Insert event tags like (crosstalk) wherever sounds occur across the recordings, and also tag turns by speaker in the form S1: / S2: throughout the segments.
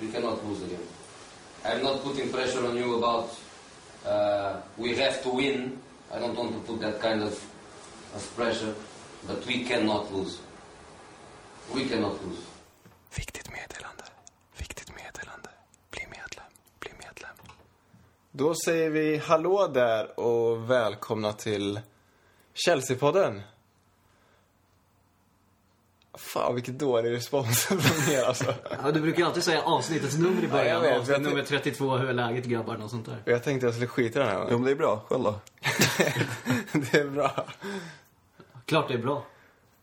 S1: we cannot lose the game. I'm not putting pressure on you about uh, we have to win. I don't want to put that kind of, of pressure, but we cannot lose. We cannot lose.
S2: Viktigt meddelande. Viktigt meddelande. Bli medlem. Bli medlem. Då säger vi hallå där och välkomna till Chelsea-podden. Fan, vilken dålig respons (laughs) från er alltså.
S3: Ja, du brukar ju alltid säga avsnittets nummer i början.
S2: Ja, jag vet.
S3: Avsnitt
S2: Jag
S3: nummer 32, hur är läget grabbar? Något sånt där.
S2: Jag tänkte jag skulle skita i den här
S4: Jo,
S2: gången.
S4: men det är bra. Själv då?
S2: (laughs) Det är bra.
S3: Klart det är bra.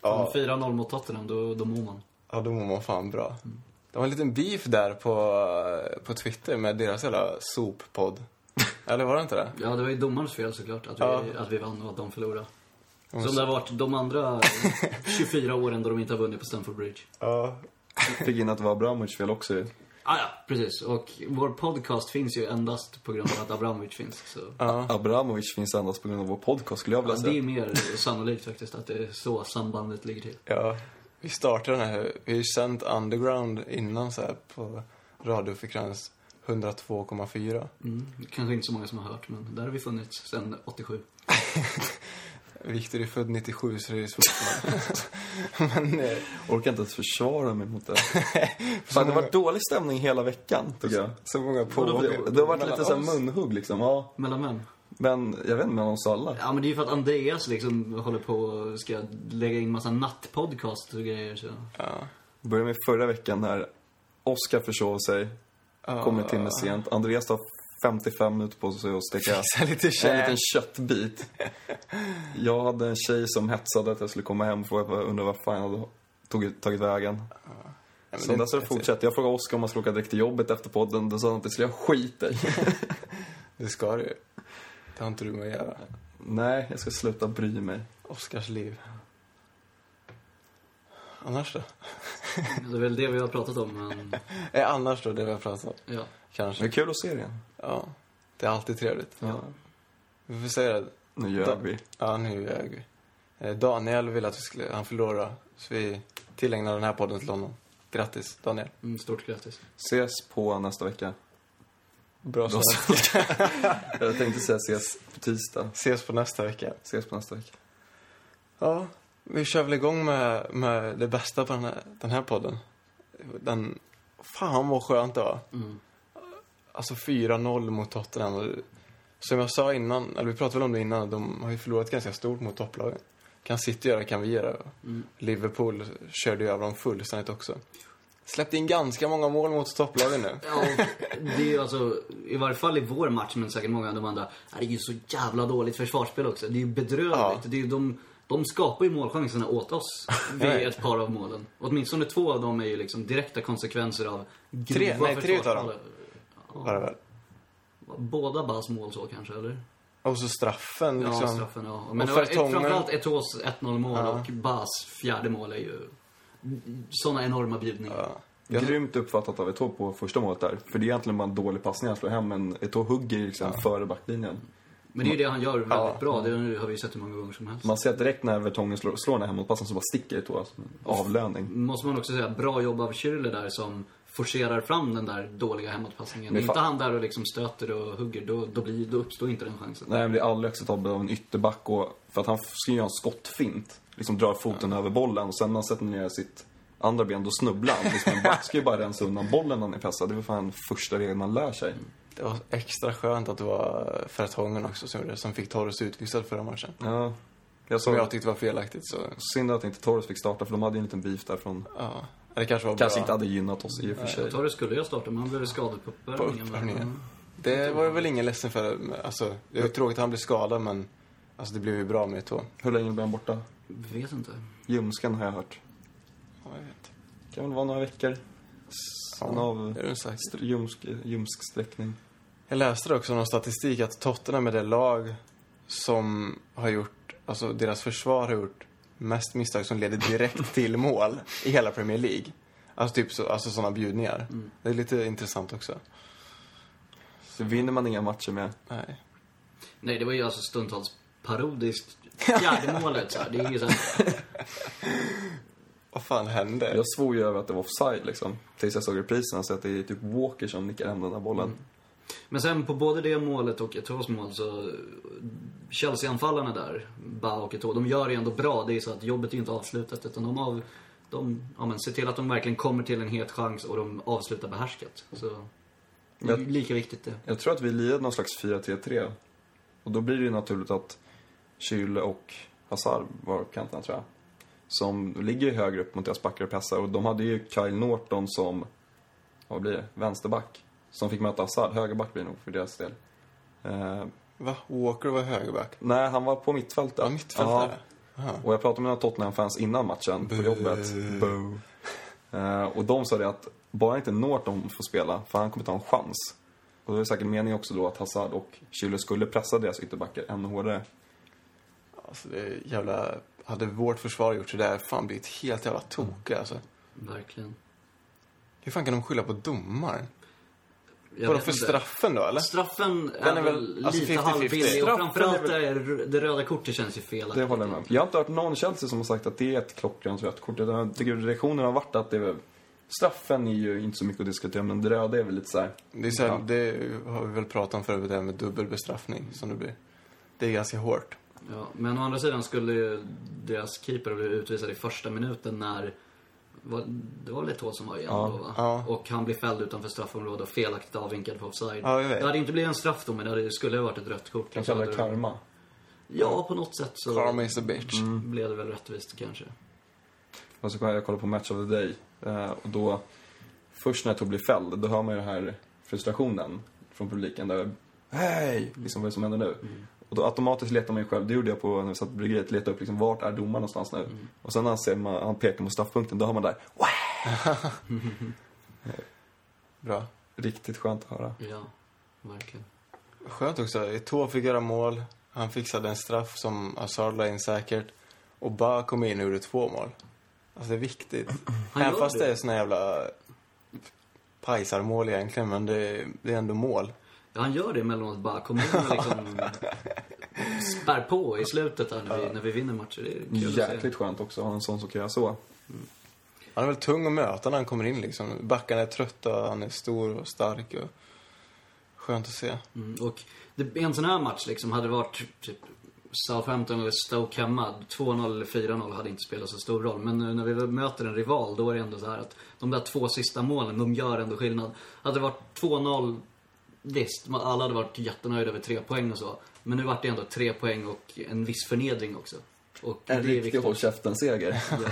S2: Ja.
S3: Om 4-0 mot Tottenham, då, då mår man.
S2: Ja, då mår man fan bra. Det var en liten beef där på, på Twitter med deras jävla soppodd. Eller var det inte det?
S3: Ja, det var ju domarens fel såklart att vi,
S2: Ja.
S3: att vi vann och att de förlorade. Som det har varit
S2: (laughs)
S3: de andra 24 åren då de inte har vunnit på Stamford Bridge.
S2: Ja.
S4: Fick in att det var Abramovic fel också ju.
S3: Ah, ja, precis. Och vår podcast finns ju endast på grund av att Abramovic finns. Så.
S4: Abramovic finns endast på grund av vår podcast skulle jag vilja
S3: Ja, det är
S4: säga.
S3: mer sannolikt faktiskt att det är så sambandet ligger till.
S2: ja. Vi startade den här, vi har ju sänt underground innan så här på radiofrekvens 102,4.
S3: Mm. Kanske inte så många som har hört, men där har vi funnits sedan 87.
S2: Viktor är född 97 så det är ju svårt. (laughs) Men eh,
S4: Orkar inte ens försvara
S3: (laughs)
S4: mig mot det. Fan, det har varit dålig stämning hela veckan, tycker jag.
S2: så många
S4: Det,
S2: på
S4: det har varit lite
S2: mellan
S4: såhär
S2: oss.
S4: munhugg liksom, ja.
S3: Mellan vem?
S4: Men jag vet inte med oss alla.
S3: Ja, men det är ju för att Andreas liksom håller på och ska lägga in massa nattpodcast och grejer. Så.
S2: Ja.
S4: Börjar med förra veckan när Oskar försov sig, kom en timme sent. Andreas tar 55 minuter på sig att steka
S3: (laughs)
S2: Så (laughs) lite
S4: en
S2: kär.
S4: liten köttbit. Jag hade en tjej som hetsade att jag skulle komma hem och fråga vad- undrade vad fan jag hade tog, tagit vägen.
S2: men
S4: Sen
S2: det- typ-
S4: dess har det fortsatt. Jag frågade Oskar om han skulle åka direkt till jobbet efter podden. Då sa han att det skulle jag skita i. (laughs)
S2: Det ska du ju. Det har inte du med att göra.
S4: Nej, jag ska sluta bry mig.
S2: Oskars liv. Annars då?
S3: Det är väl det vi har pratat om, men
S2: Eh, annars då, det vi har pratat om.
S3: ja.
S4: Det är
S2: Kanske.
S4: kul att se dig igen.
S2: Ja. Det är alltid trevligt.
S4: Ja.
S2: Vi får säga det.
S4: Nu gör
S2: Da-
S4: vi.
S2: Ja, nu ljög vi. Eh, Daniel ville att vi skulle, han förlorade. Så vi tillägnar den här podden till honom. Grattis, Daniel.
S3: Mm, stort grattis.
S4: Ses på nästa vecka.
S2: Bra
S4: Då
S2: snack.
S4: (laughs) Jag tänkte säga ses på tisdag.
S2: Ses på nästa vecka.
S4: Ses på nästa vecka.
S2: Ja, vi kör väl igång med, med det bästa på den här, den här podden. Den, fan vad skönt det var.
S3: Mm.
S2: Alltså 4-0 mot Tottenham. Och Som jag sa innan, eller vi pratade väl om det innan, de har ju förlorat ganska stort mot topplagen. Kan City göra det kan vi göra.
S3: Mm.
S2: Liverpool körde ju över dem fullständigt också. Släppte in ganska många mål mot topplagen nu.
S3: Ja, och det är ju alltså, i varje fall i vår match, men säkert många av de andra, är det är ju så jävla dåligt försvarsspel också. Det är ju bedrövligt.
S2: Ja.
S3: Det är ju de, de skapar ju målchanserna åt (laughs) oss vid
S2: Nej.
S3: ett par av målen. Åtminstone två av dem är ju liksom direkta konsekvenser av grova
S2: Tre- nej, tre utav dem.
S3: försvarsspel.
S2: Var det väl.
S3: Båda Bas mål så kanske, eller?
S2: Och så straffen
S3: Ja,
S2: liksom.
S3: straffen, ja. Men
S2: Och
S3: det var ett-
S2: Vertonghen-
S3: framförallt Eto'os 1-0 mål
S2: Ja.
S3: och Bas fjärde mål är ju sådana enorma bjudningar.
S2: Ja. Jag-
S4: Grymt uppfattat av Eto'o på första målet där. För det är egentligen bara en dålig passning han slår hem, men Eto'o hugger liksom före backlinjen.
S3: Men det är ju det han gör väldigt
S2: Ja.
S3: bra, det har vi ju sett hur många gånger som helst.
S4: Man ser att direkt när Vertongen slår, slår den här hemåtpassen så bara sticker Eto'o alltså, en avlöning.
S3: Måste man också säga, bra jobb av Schürrle där som forcerar fram den där dåliga hemåtpassningen. Är
S4: Men
S3: inte
S4: fan-
S3: han där och liksom stöter och hugger, då, då, blir, då uppstår inte den chansen.
S4: Nej, men det är aldrig acceptabelt av en ytterback och, för att han ska ju göra en skottfint. Liksom drar foten över bollen och sen när han sätter ner sitt andra ben, då snubblar han. Liksom, en back ska ju bara rensa undan bollen när han är pressad. Det är för fan första regeln man lär sig.
S2: Det var extra skönt att det var Vertonghen också som gjorde det, som fick Torres utvisad förra matchen.
S4: Ja. Jag
S2: Som jag
S4: såg,
S2: tyckte var felaktigt så,
S4: synd att inte Torres fick starta för de hade ju en liten beef där från
S2: ja. Det kanske var
S4: Kanske
S2: bra.
S4: inte hade gynnat oss i och för sig.
S3: Torres skulle jag starta, men han blev skadad på
S2: på
S3: uppvärmningen.
S2: uppvärmningen. Det var väl ingen ledsen för. men, Alltså, det var tråkigt att han blev skadad, men alltså, det blev ju bra med ett tå.
S4: Hur länge blir han borta?
S3: Mm, Vet inte.
S4: Ljumsken har jag hört.
S2: Ja, jag vet.
S4: Kan väl vara några veckor. Sen av
S2: Det är det sagt.
S4: str- ljumsk, ljumsk sträckning.
S2: Jag läste också någon statistik att Tottenham är det lag som har gjort, alltså deras försvar har gjort mest misstag som leder
S4: (laughs)
S2: direkt till mål i hela Premier League. Alltså typ så, alltså sådana bjudningar.
S4: Mm.
S2: Det är lite intressant också.
S4: Så vinner man inga matcher med.
S2: Nej.
S3: Nej, det var ju alltså stundtals parodiskt. Fjärde målet, så här. det är ju så här,
S2: Vad fan hände?
S4: Jag svor ju över att det var offside liksom. Tills jag såg reprisen så att det är typ Walker som nickar hem den där bollen.
S3: Men sen på både det målet och Eto'os mål så... Chelsea-anfallarna där, Ba och Eto'o, de gör det ändå bra. Det är så att jobbet är ju inte avslutat utan de, av, de ja, men, ser till att de verkligen kommer till en het chans och de avslutar behärskat. Så det är ju lika viktigt det.
S4: Jag tror att vi lirade någon slags 4-3-3. Och då blir det ju naturligt att Kyle och Hazard var kanterna tror jag. Som ligger ju högre upp mot deras backar och pressar. Och de hade ju Kyle Norton som, vad blir det, vänsterback. Som fick möta Hazard. Högerback blir det nog för deras del. Eh,
S2: Va? Walker var högerback?
S4: nej, han var på mittfältet.
S2: Ja, mittfältare. Aha.
S4: Och jag pratade med några Tottenham-fans innan matchen på
S2: Boo.
S4: jobbet. Boo. Eh, och de sa det att bara inte Norton får spela, för han kommer ta en chans. Och det var säkert meningen också då att Hazard och Schüller skulle pressa deras ytterbackar ännu hårdare.
S2: Alltså det är jävla... Hade vårt försvar gjort sådär, fan blivit helt jävla tokiga alltså.
S3: Verkligen.
S2: Hur fan kan de skylla på domaren?
S3: Jag
S2: Vadå
S3: vet
S2: för
S3: inte.
S2: straffen då eller?
S3: Straffen är,
S2: Den är väl-
S3: väl
S2: alltså,
S3: lite
S2: 50-50.
S3: halvbillig och
S2: Straffen
S3: framförallt
S2: är
S3: är det röda kortet känns ju fel.
S4: Det håller jag med om. Jag har inte hört någon Chelsea som har sagt att det är ett klockrent rött kort. Utan Jag tycker reaktionen har varit att det är väl... Straffen är ju inte så mycket att diskutera, men det röda är väl lite så här...
S2: Det, är så här,
S4: Ja.
S2: det har vi väl pratat om förut, det här med dubbelbestraffning som det blir. Det är ganska hårt.
S3: Ja, men å andra sidan skulle ju deras keeper bli utvisad i första minuten när var- det var väl ett hål som var igen
S4: Ja,
S3: då va?
S2: ja.
S3: Och han blev fälld utanför straffområdet och felaktigt avvinkad på offside.
S2: Ja, jag vet.
S3: det hade inte blivit en straff då men det hade- det skulle ha varit ett rött kort.
S4: Kanske kallar det
S3: Hade-
S4: karma.
S3: ja, på något sätt så Mm.
S2: Karma is a bitch.
S3: blev det väl rättvist kanske.
S4: Och så kollar jag kolla på Match of the Day. Eh, och då, först när jag tog bli fälld, då hör man ju den här frustrationen från publiken. Där, hej! Liksom vad är det som händer nu? Och då automatiskt letar man ju själv, det gjorde jag på när vi satt på bryggeriet, letade upp liksom, vart är domaren någonstans nu? Och sen när han, ser man, han pekar mot straffpunkten, då hör man där, wow!
S2: Bra.
S4: Riktigt skönt att höra.
S3: Ja, verkligen.
S2: Skönt också. Eto'o fick göra mål. Han fixade en straff som Hazard la in säkert. Och bara kom in och gjorde två mål. Alltså det är viktigt.
S3: Han
S2: Även
S3: gör
S2: fast
S3: det.
S2: det är såna jävla pajsarmål egentligen, men det, det är ändå mål.
S3: Ja, han gör det emellanåt bara. Kommer in och liksom
S2: (laughs)
S3: spär på i slutet här när vi, när vi vinner matcher. Det är kul att se.
S4: Jäkligt skönt också att ha en sån som kan göra så.
S2: Han är väl tung att möta när han kommer in liksom. Backarna är trötta, han är stor och stark och skönt att se.
S3: Mm, och det, en sån här match liksom, hade det varit typ Southampton eller Stoke hemma, 2-0 eller 4-0 hade inte spelat så stor roll. Men nu när vi möter en rival, då är det ändå så här att de där två sista målen, de gör ändå skillnad. Hade det varit 2-0, visst, man- alla hade varit jättenöjda över tre poäng och så. Men nu vart det ändå tre poäng och en viss förnedring också. Och
S4: En
S3: det är
S4: riktig håll
S3: viktigt.
S4: käften-seger.
S3: (laughs) Ja.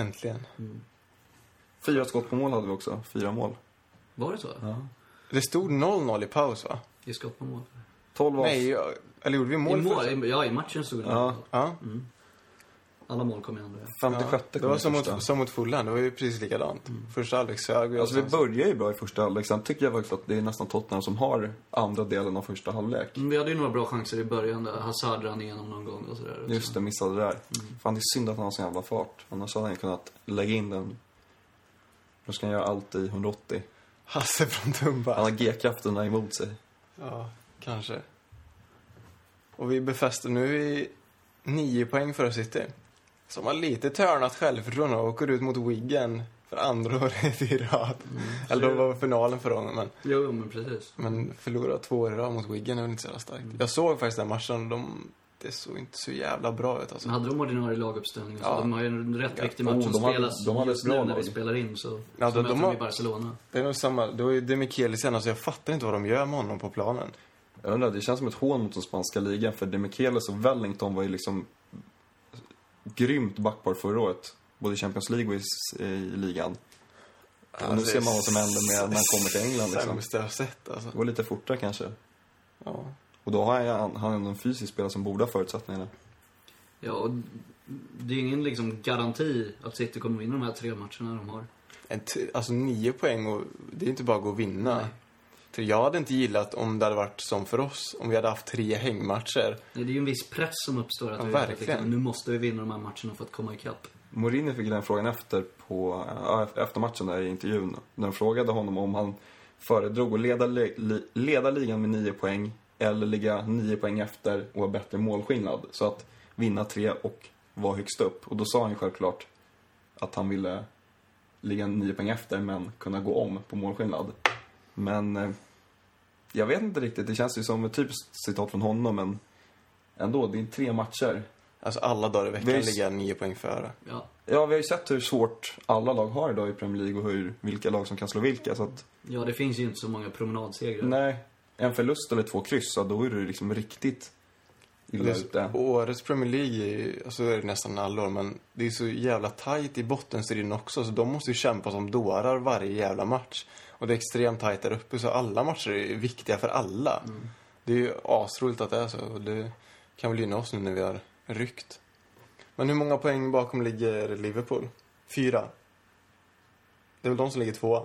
S2: Äntligen.
S4: Fyra skott på mål hade vi också, fyra mål.
S3: Var det så?
S2: Det stod 0-0 i paus va?
S3: I skott på mål?
S4: Tolv av...
S2: Nej, jag, eller gjorde vi
S3: I
S2: mål,
S3: mål,
S2: först?
S3: i, ja, i matchen stod det
S4: Ja.
S2: Ja.
S3: Alla mål kom i andra.
S2: ja.
S4: 56
S2: Det var som mot, som mot Fulham, det var ju precis likadant.
S3: Mm.
S2: Första halvlek sög vi
S4: Alltså vi
S2: oss.
S4: börjar ju bra i första halvlek. Sen tycker jag faktiskt att det är nästan Tottenham som har andra delen av första halvlek.
S3: Mm, Vi hade ju några bra chanser i början där Hazard rann igenom någon gång och sådär. också.
S4: Just det, missade det där. Fan, det är synd att han har sån jävla fart. Annars hade han ju kunnat lägga in den. Då ska han göra allt i 180.
S2: Hasse från Tumba.
S4: Han har G-krafterna emot sig.
S2: Ja, kanske. Och vi befäster nu i nio poäng för City. Som har lite törnat självförtroende och åker ut mot Wigan för andra (laughs) året i rad. Eller det var finalen förra gången, men,
S3: Mm. Jo, men precis.
S2: men förlora två år i rad mot Wigan är väl inte så jävla starkt. Jag såg faktiskt den matchen, de, det såg inte så jävla bra ut
S3: Men
S2: alltså.
S3: hade de ordinarie laguppställning och så,
S2: Ja.
S3: de har ju en rätt viktig
S4: Oh,
S3: match som
S4: de hade-
S3: spelas
S4: de hade
S3: just
S4: ett bra
S3: nu när vi
S4: lag.
S3: spelar in så,
S2: Ja,
S3: så
S2: de-
S3: möter
S2: de
S3: de
S2: har-
S3: ju Barcelona.
S2: Det är nog samma, det var ju det Mikelisen, alltså jag fattar inte vad de gör med honom på planen.
S4: Jag undrar, det känns som ett hån mot den spanska ligan. För Demichelis och Wellington var ju liksom grymt backpar förra året. Både i Champions League och i, s- i ligan. och nu
S2: Alltså,
S4: ser man vad som händer med när han kommer till England. Liksom.
S2: Sämsta jag har sett alltså.
S4: Det går lite fortare kanske.
S2: Ja.
S4: Och då har han, han ändå en fysisk spelare som borde ha förutsättningarna.
S3: Ja, och det är ju ingen liksom garanti att City kommer vinna de här tre matcherna de har.
S2: En t- alltså nio poäng, och det är inte bara att gå och vinna. För jag hade inte gillat om det hade varit som för oss, om vi hade haft tre hängmatcher.
S3: Nej, Det är ju en viss press som uppstår att
S2: Ja,
S3: vi vet att
S2: verkligen.
S3: liksom, nu måste vi vinna de här matcherna för att komma ikapp.
S4: Mourinho fick den frågan efter, på, ja, efter matchen där i intervjun. När de frågade honom om han föredrog att leda, li, li- leda ligan med nio poäng eller ligga nio poäng efter och ha bättre målskillnad. Så att vinna tre och var högst upp. Och då sa han ju självklart att han ville ligga nio poäng efter men kunna gå om på målskillnad. Men eh, jag vet inte riktigt, det känns ju som ett typiskt citat från honom men ändå, det är tre matcher.
S2: Alltså alla dagar i veckan
S4: Visst.
S2: ligger nio poäng före.
S3: Ja.
S4: Ja, vi har ju sett hur svårt alla lag har idag i Premier League och hur, vilka lag som kan slå vilka. Så att,
S3: ja, det finns ju inte så många promenadsegrar.
S4: nej, en förlust eller två kryss, ja, då är det liksom riktigt illa ute.
S2: Det, årets Premier League är ju, alltså det är det nästan alla år, men det är så jävla tajt i bottenstriden också så de måste ju kämpa som dårar varje jävla match. Och det är extremt tajt där uppe så alla matcher är viktiga för alla. Det är ju asroligt att det är så och det kan väl gynna oss nu när vi har ryckt. Men hur många poäng bakom ligger Liverpool? Fyra. Det är väl de som ligger tvåa?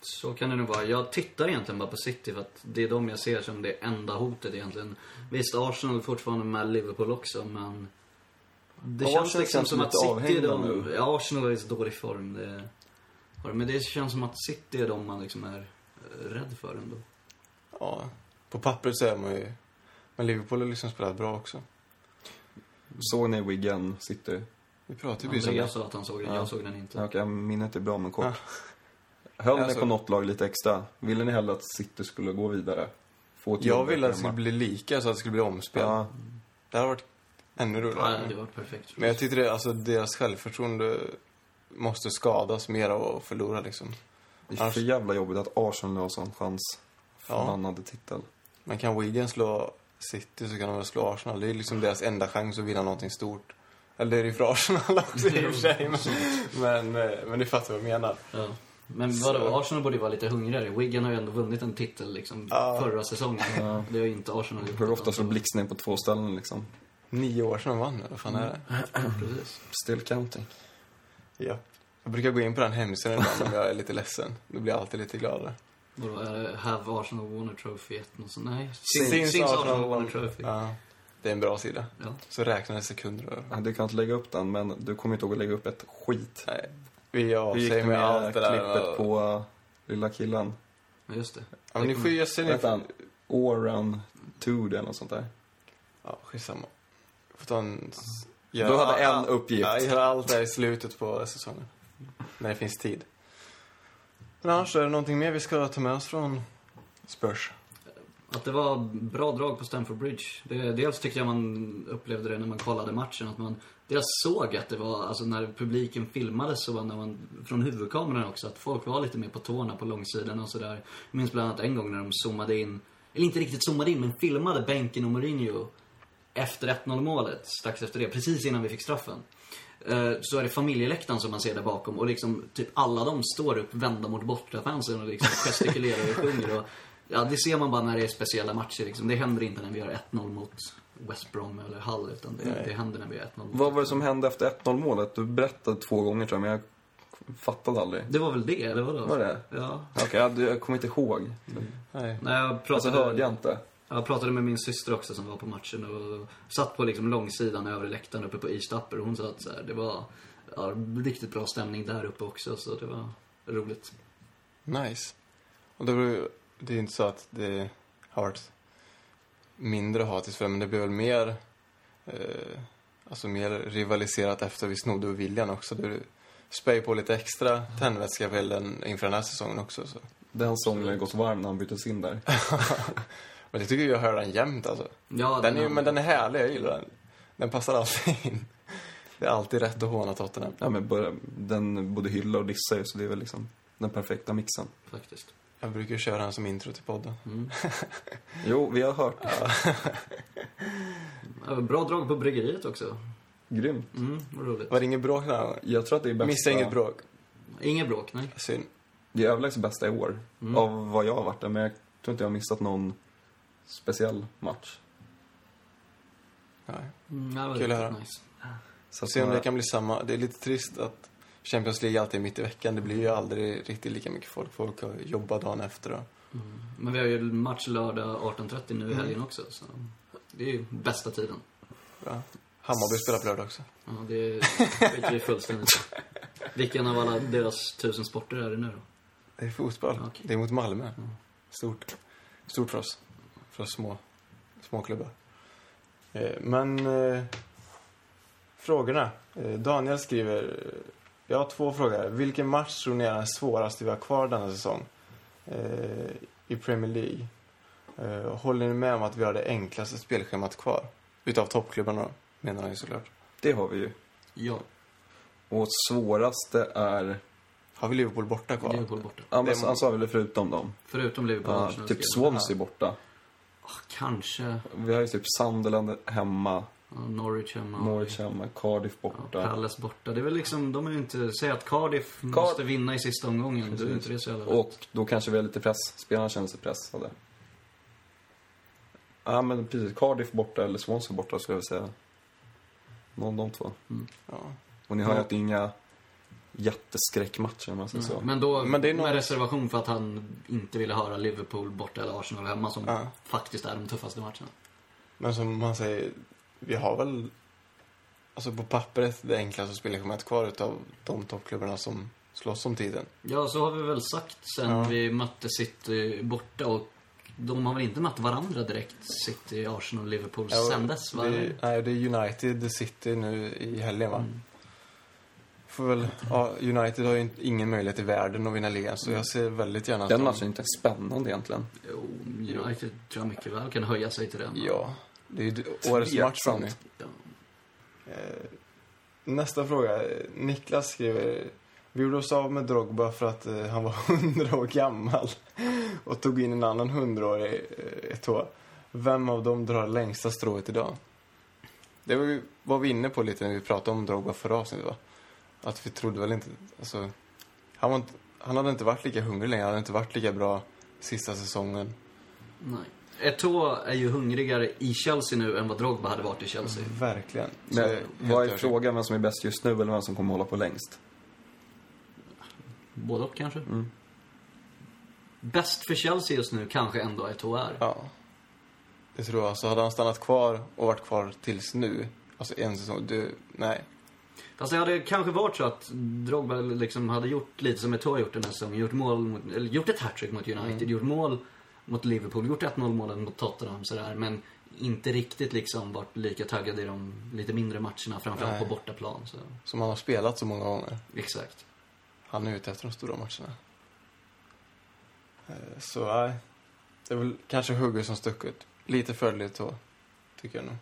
S3: Så kan det nog vara. Jag tittar egentligen bara på City för att det är de jag ser som det enda hotet egentligen. Visst, Arsenal är fortfarande med Liverpool också, men... Det
S4: Ja,
S3: känns
S4: Arsenal
S3: liksom
S4: känns
S3: som
S4: lite
S3: att City är
S4: avhängda
S3: de...
S4: nu.
S3: Ja, Arsenal är i så dålig form. Det... har de. Men det känns som att City är de man liksom är eh, rädd för ändå.
S4: Typ
S2: Ja, på pappret så är man ju... Men Liverpool har liksom spelat bra också.
S4: Såg ni Wigan City?
S2: Vi pratar ju precis om det.
S3: Andreas sa att han såg den,
S4: Ja.
S3: jag såg den inte.
S4: Ja, Okej, minnet är bra men kort.
S2: Ja.
S4: Höll ni
S2: Alltså-
S4: på något lag lite extra? Ville ni hellre att City skulle gå vidare? Få ett
S2: Jag
S4: jobb
S2: ville att det
S4: hemma?
S2: skulle bli lika, så att det skulle bli omspel.
S4: Ja,
S2: Det hade varit ännu
S3: Ja,
S2: roligare.
S3: det var perfekt.
S2: Men jag tyckte det, alltså deras självförtroende måste skadas mer av att förlora liksom.
S4: det är för
S2: Ars-
S4: jävla jobbigt att Arsenal har sån chans.
S2: Ja.
S4: Förbannade titel.
S2: Men kan Wigan slå City så kan de väl slå Arsenal. Det är liksom deras enda chans att vinna någonting stort. Eller det är det ju för
S3: (laughs)
S2: Arsenal också i och för sig. Men, men, eh, men ni fattar vad jag menar.
S3: Ja. Men vadå, Arsenal borde ju vara lite hungrigare. Wigan har ju ändå vunnit en titel liksom
S2: Ja.
S3: förra säsongen. Det har ju inte Arsenal gjort.
S4: Hur ofta slår blixten ner på två ställen liksom?
S2: Nio år sedan de vann, eller vad fan är
S3: Mm.
S2: det?
S3: Precis.
S4: Still counting.
S2: Ja. Jag brukar gå in på den hemsidan ibland om jag är lite ledsen. Då blir jag alltid lite gladare.
S3: Vadå, är det Have Arsenal Warner Trophy 1 och så? Nej.
S2: Since Arsenal
S3: Arsenal
S2: won.
S3: Warner Trophy. (laughs) Ja.
S2: Ja. Det är en bra sida.
S3: Ja.
S2: Så räknar jag sekunder och
S4: Ja, Du kan inte lägga upp den, men du kommer inte ihåg att lägga upp ett skit.
S2: Nej. Vi
S4: Hur gick
S2: avsäger med
S4: det med
S2: allt det där.
S4: klippet
S2: och-
S4: på eh, lilla killen?
S3: just det.
S2: Ja, men ni får ju se
S4: Vänta,
S2: ni...
S4: Oran Tood eller något sånt där.
S2: Ja, skitsamma. Får ta en... s-
S4: Du hade en
S2: all-
S4: uppgift.
S2: Ja, göra allt det här i slutet på säsongen. När det finns tid. Men annars, är det någonting mer vi ska ta med oss från Spurs?
S3: Att det var bra drag på Stamford Bridge. Det, dels tycker jag man upplevde det när man kollade matchen. Att man dels såg att det var, alltså när publiken filmades så var när man, från huvudkameran också, att folk var lite mer på tårna på långsidan och sådär. Jag minns bland annat en gång när de zoomade in, eller inte riktigt zoomade in, men filmade bänken och Mourinho efter 1-0 målet, strax efter det, precis innan vi fick straffen. eh, Så är det familjeläktaren som man ser där bakom och liksom typ alla de står upp vända mot bortafansen och liksom gestikulerar och sjunger. Och, ja, det ser man bara när det är speciella matcher liksom. Det händer inte när vi gör 1-0 mot West Brom eller Hull utan det, det händer när vi gör 1-0 mot
S4: Vad var det som hände efter 1-0 målet? Du berättade två gånger tror jag, men jag fattade aldrig.
S3: Det var väl det, eller vadå?
S4: Var det?
S3: Ja.
S4: Okej, jag, hade- jag kommer inte ihåg.
S2: Nej.
S3: Nej, jag
S4: Alltså
S3: pratade,
S4: hörde jag inte.
S3: jag pratade med min syster också som var på matchen och satt på liksom långsidan övre läktaren uppe på East Upper och hon sa att så här, det var ja, riktigt bra stämning där uppe också så det var roligt.
S2: Nice. Och det, beror, det är inte så att det har varit mindre hatiskt för det, men det blev väl mer, eh, alltså mer rivaliserat efter vi snodde ur William också. Det spär ju på lite extra tändvätska väl den- inför den här säsongen också. Så.
S4: Den sången har gått varm när han byttes in där.
S2: Men det tycker jag hör den jämt alltså.
S3: Ja,
S2: Den är, ju- men den är härlig, jag gillar den. Den passar alltid (laughs) in. Det är alltid rätt att håna Tottenham.
S4: Ja, men bara, den både hyllar och dissar ju, så det är väl liksom den perfekta mixen.
S3: Faktiskt. Mm.
S2: Jag brukar ju köra den som intro till podden.
S4: Jo, vi har hört.
S3: Ja, Bra drag på bryggeriet också.
S4: Grymt.
S3: Mm, vad roligt.
S2: Var det inget bråk den här gången?
S4: Jag tror att det är bästa...
S2: Missa inget bråk.
S3: Inget bråk, nej.
S2: Synd.
S4: Det är överlägset bästa i år,
S3: Mm.
S4: av vad jag har varit där. Men jag tror inte jag har missat någon speciell match.
S2: Nej.
S3: Mm, ja, det var
S2: Kul att
S3: riktigt
S2: höra.
S3: Nice.
S4: Så att
S2: Se om
S4: jag-
S2: det kan bli samma. Det är lite trist att Champions League alltid är mitt i veckan. Det blir ju aldrig riktigt lika mycket folk. Folk har jobbat dagen efter. Och...
S3: Mm. Men vi har ju match lördag 18.30 nu i
S2: Mm.
S3: helgen också. Så det är ju bästa tiden.
S2: Ja. Hammarby spelar på lördag också.
S3: Ja, det skiter vi fullständigt i. Vilken av alla deras tusen sporter är det nu då?
S2: Det är fotboll.
S3: Okej. Mm.
S2: Det är mot Malmö. Stort. Stort för oss. För oss små, små klubbar. Eh, Men eh, Frågorna. Eh, Daniel skriver... eh, Jag har två frågor. Vilken match tror ni är den svåraste vi har kvar denna säsong? Eh, I Premier League. Eh, håller ni med om att vi har det enklaste spelschemat kvar? Utav toppklubbarna då, menar han ju såklart.
S4: Det har vi ju.
S3: Ja,
S4: Och svåraste är...
S2: Har vi Liverpool borta kvar?
S3: Liverpool borta.
S4: Ja, men
S2: Det
S4: han sa väl det förutom dem.
S3: Förutom Liverpool.
S4: Ja,
S3: Arsenal
S4: typ
S3: skrev.
S4: Swansea borta.
S3: Ah, kanske
S4: Vi har ju typ Sunderland hemma,
S3: Ja, Norwich hemma.
S4: Norwich hemma, Cardiff
S3: Ja,
S4: borta.
S3: Palace borta. Det är väl liksom, de är ju inte... Säg att Cardiff måste vinna i sista omgången. Då är inte det så jävla lätt.
S4: Och då kanske vi har lite press. Spelarna känner sig pressade. Ja, men precis. Cardiff borta eller Swansea borta skulle jag vilja säga. Någon av de två.
S2: Ja.
S4: Och ni har ju
S2: Ja.
S4: att det är inga jätteskräckmatcher om man säger så.
S3: Men då,
S2: Men det är
S3: med
S2: någon-
S3: reservation för att han inte ville höra Liverpool borta eller Arsenal hemma som
S2: Ja.
S3: faktiskt är de tuffaste matcherna.
S2: Men som man säger, vi har väl alltså på pappret det enklaste spelschemat kvar utav de toppklubbarna som slåss om titeln.
S3: Ja, så har vi väl sagt sen
S2: Ja.
S3: vi mötte City borta och de har väl inte mött varandra direkt, City, Arsenal och Liverpool, sen dess? Va?
S2: det, nej, det är United det City nu i helgen, va?
S3: Mm.
S2: Får väl, ja, United har ju inte- ingen möjlighet i världen att vinna ligan, så jag ser väldigt gärna att
S4: Den
S2: de-
S4: matchen är inte ens spännande egentligen.
S3: Jo, United tror jag mycket väl kan höja sig till den.
S2: Ja, det är ju d- årets match,
S4: Tveksamt.
S2: Ronny.
S3: Ja.
S2: Eh, Nästa fråga. Niklas skriver... Vi gjorde oss av med Drogba för att eh, han var (laughs) hundra år gammal (laughs) och tog in en annan hundraårig eh, ett år. Vem av dem drar längsta strået idag? Det var, vi- var vi inne på lite när vi pratade om Drogba förra avsnittet, va? Att vi trodde väl inte... Alltså, han, var inte, han hade inte varit lika hungrig längre, han hade inte varit lika bra sista säsongen.
S3: Nej. Eto'o är ju hungrigare i Chelsea nu än vad Drogba hade varit i Chelsea.
S2: Mm. Verkligen. Så jag är
S4: Mm. Men
S2: helt
S4: vad är
S2: övertygad.
S4: frågan vem som är bäst just nu eller vem som kommer hålla på längst?
S3: Både och kanske.
S2: Mm.
S3: Bäst för Chelsea just nu kanske ändå Eto'o är.
S2: Ja. Det tror jag. Så hade han stannat kvar och varit kvar tills nu, alltså en säsong, du, nej.
S3: Fast det hade kanske varit så att Drogba liksom hade gjort lite som Eto'o gjort den här säsongen. Gjort, mål mot, eller gjort ett hattrick mot United,
S2: Mm.
S3: gjort mål mot Liverpool, gjort 1-0 målen mot Tottenham sådär. Men inte riktigt liksom varit lika taggad i de lite mindre matcherna,
S2: Nej.
S3: framförallt på bortaplan. Så.
S2: Som han har spelat så många gånger.
S3: Exakt.
S2: Han är ute efter de stora matcherna. Eh, Så, nej. Det är väl kanske Hugge som stuck ut. Lite fördel då, tycker jag nog.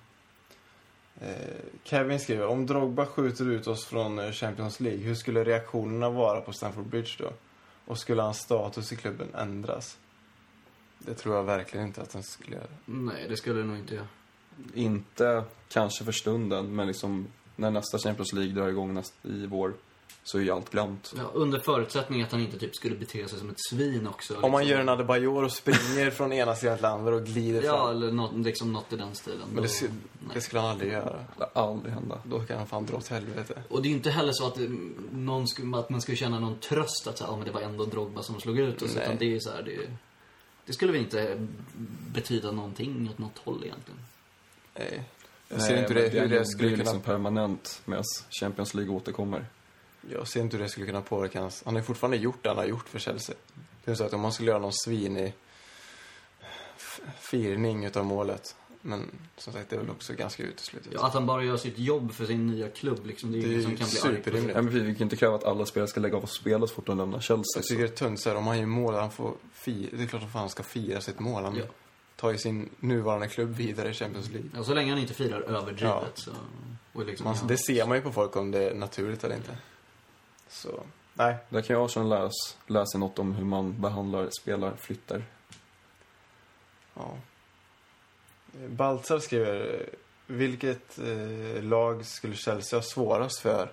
S2: Eh, Kevin skriver, om Drogba skjuter ut oss från eh, Champions League, hur skulle reaktionerna vara på Stamford Bridge då? Och skulle hans status i klubben ändras? Det tror jag verkligen inte att den skulle göra.
S3: Nej, det skulle det nog inte göra.
S4: Inte kanske för stunden, men liksom när nästa Champions League drar igång näst, i vår så är ju allt glömt.
S3: Ja, under förutsättning att han inte typ skulle bete sig som ett svin också.
S2: Om man
S3: liksom.
S2: gör en Adebayor och springer från ena sidan till andra och glider
S3: Ja,
S2: fram.
S3: eller något, liksom något i den stilen.
S2: Men det,
S3: Då-
S2: skulle- det skulle han aldrig göra.
S4: Det lär aldrig hända.
S2: Då kan han fan dra åt helvete.
S3: Och det är ju inte heller så att, eh, någon skulle, att man skulle känna någon tröst att säga, ah, men det var ändå Drogba som slog ut oss.
S2: Nej.
S3: Utan det är ju så här, det, är- det skulle väl inte betyda någonting åt något håll egentligen.
S2: Nej. Jag ser inte
S4: men
S2: det, hur
S4: blir
S2: det skulle
S4: ju liksom
S2: kunna...
S4: permanent medan Champions League återkommer.
S2: Jag ser inte hur det skulle kunna påverka hans... Han har ju fortfarande gjort det han har gjort för Chelsea. Det är så att om han skulle göra någon svinig f- firning utav målet. Men som sagt, det är väl också ganska uteslutet.
S3: Ja, att han bara gör sitt jobb för sin nya klubb, liksom, det är
S2: Det
S3: ju
S2: är
S3: ingen som
S2: ju
S3: kan bli arg på det.
S2: superrimligt.
S4: Ja, men vi, vi kan ju inte kräva att alla spelare ska lägga av och spela så fort de lämnar Chelsea.
S2: Jag tycker det är tunt så här, om han gör mål, han får fira... Det är klart att han ska fira sitt mål. Han
S3: Ja.
S2: tar ju sin nuvarande klubb vidare i Champions League.
S3: Ja, så länge han inte firar överdrivet.
S2: Ja.
S3: Så, och liksom,
S2: Man,
S3: ja.
S2: Alltså, Det ser man ju på folk om det är naturligt eller inte. Så, nej.
S4: Där kan ju Arsenal lära, oss- lära sig något om hur man behandlar spelarflyttar.
S2: Ja. Baltzar skriver, vilket eh, lag skulle Chelsea ha svårast för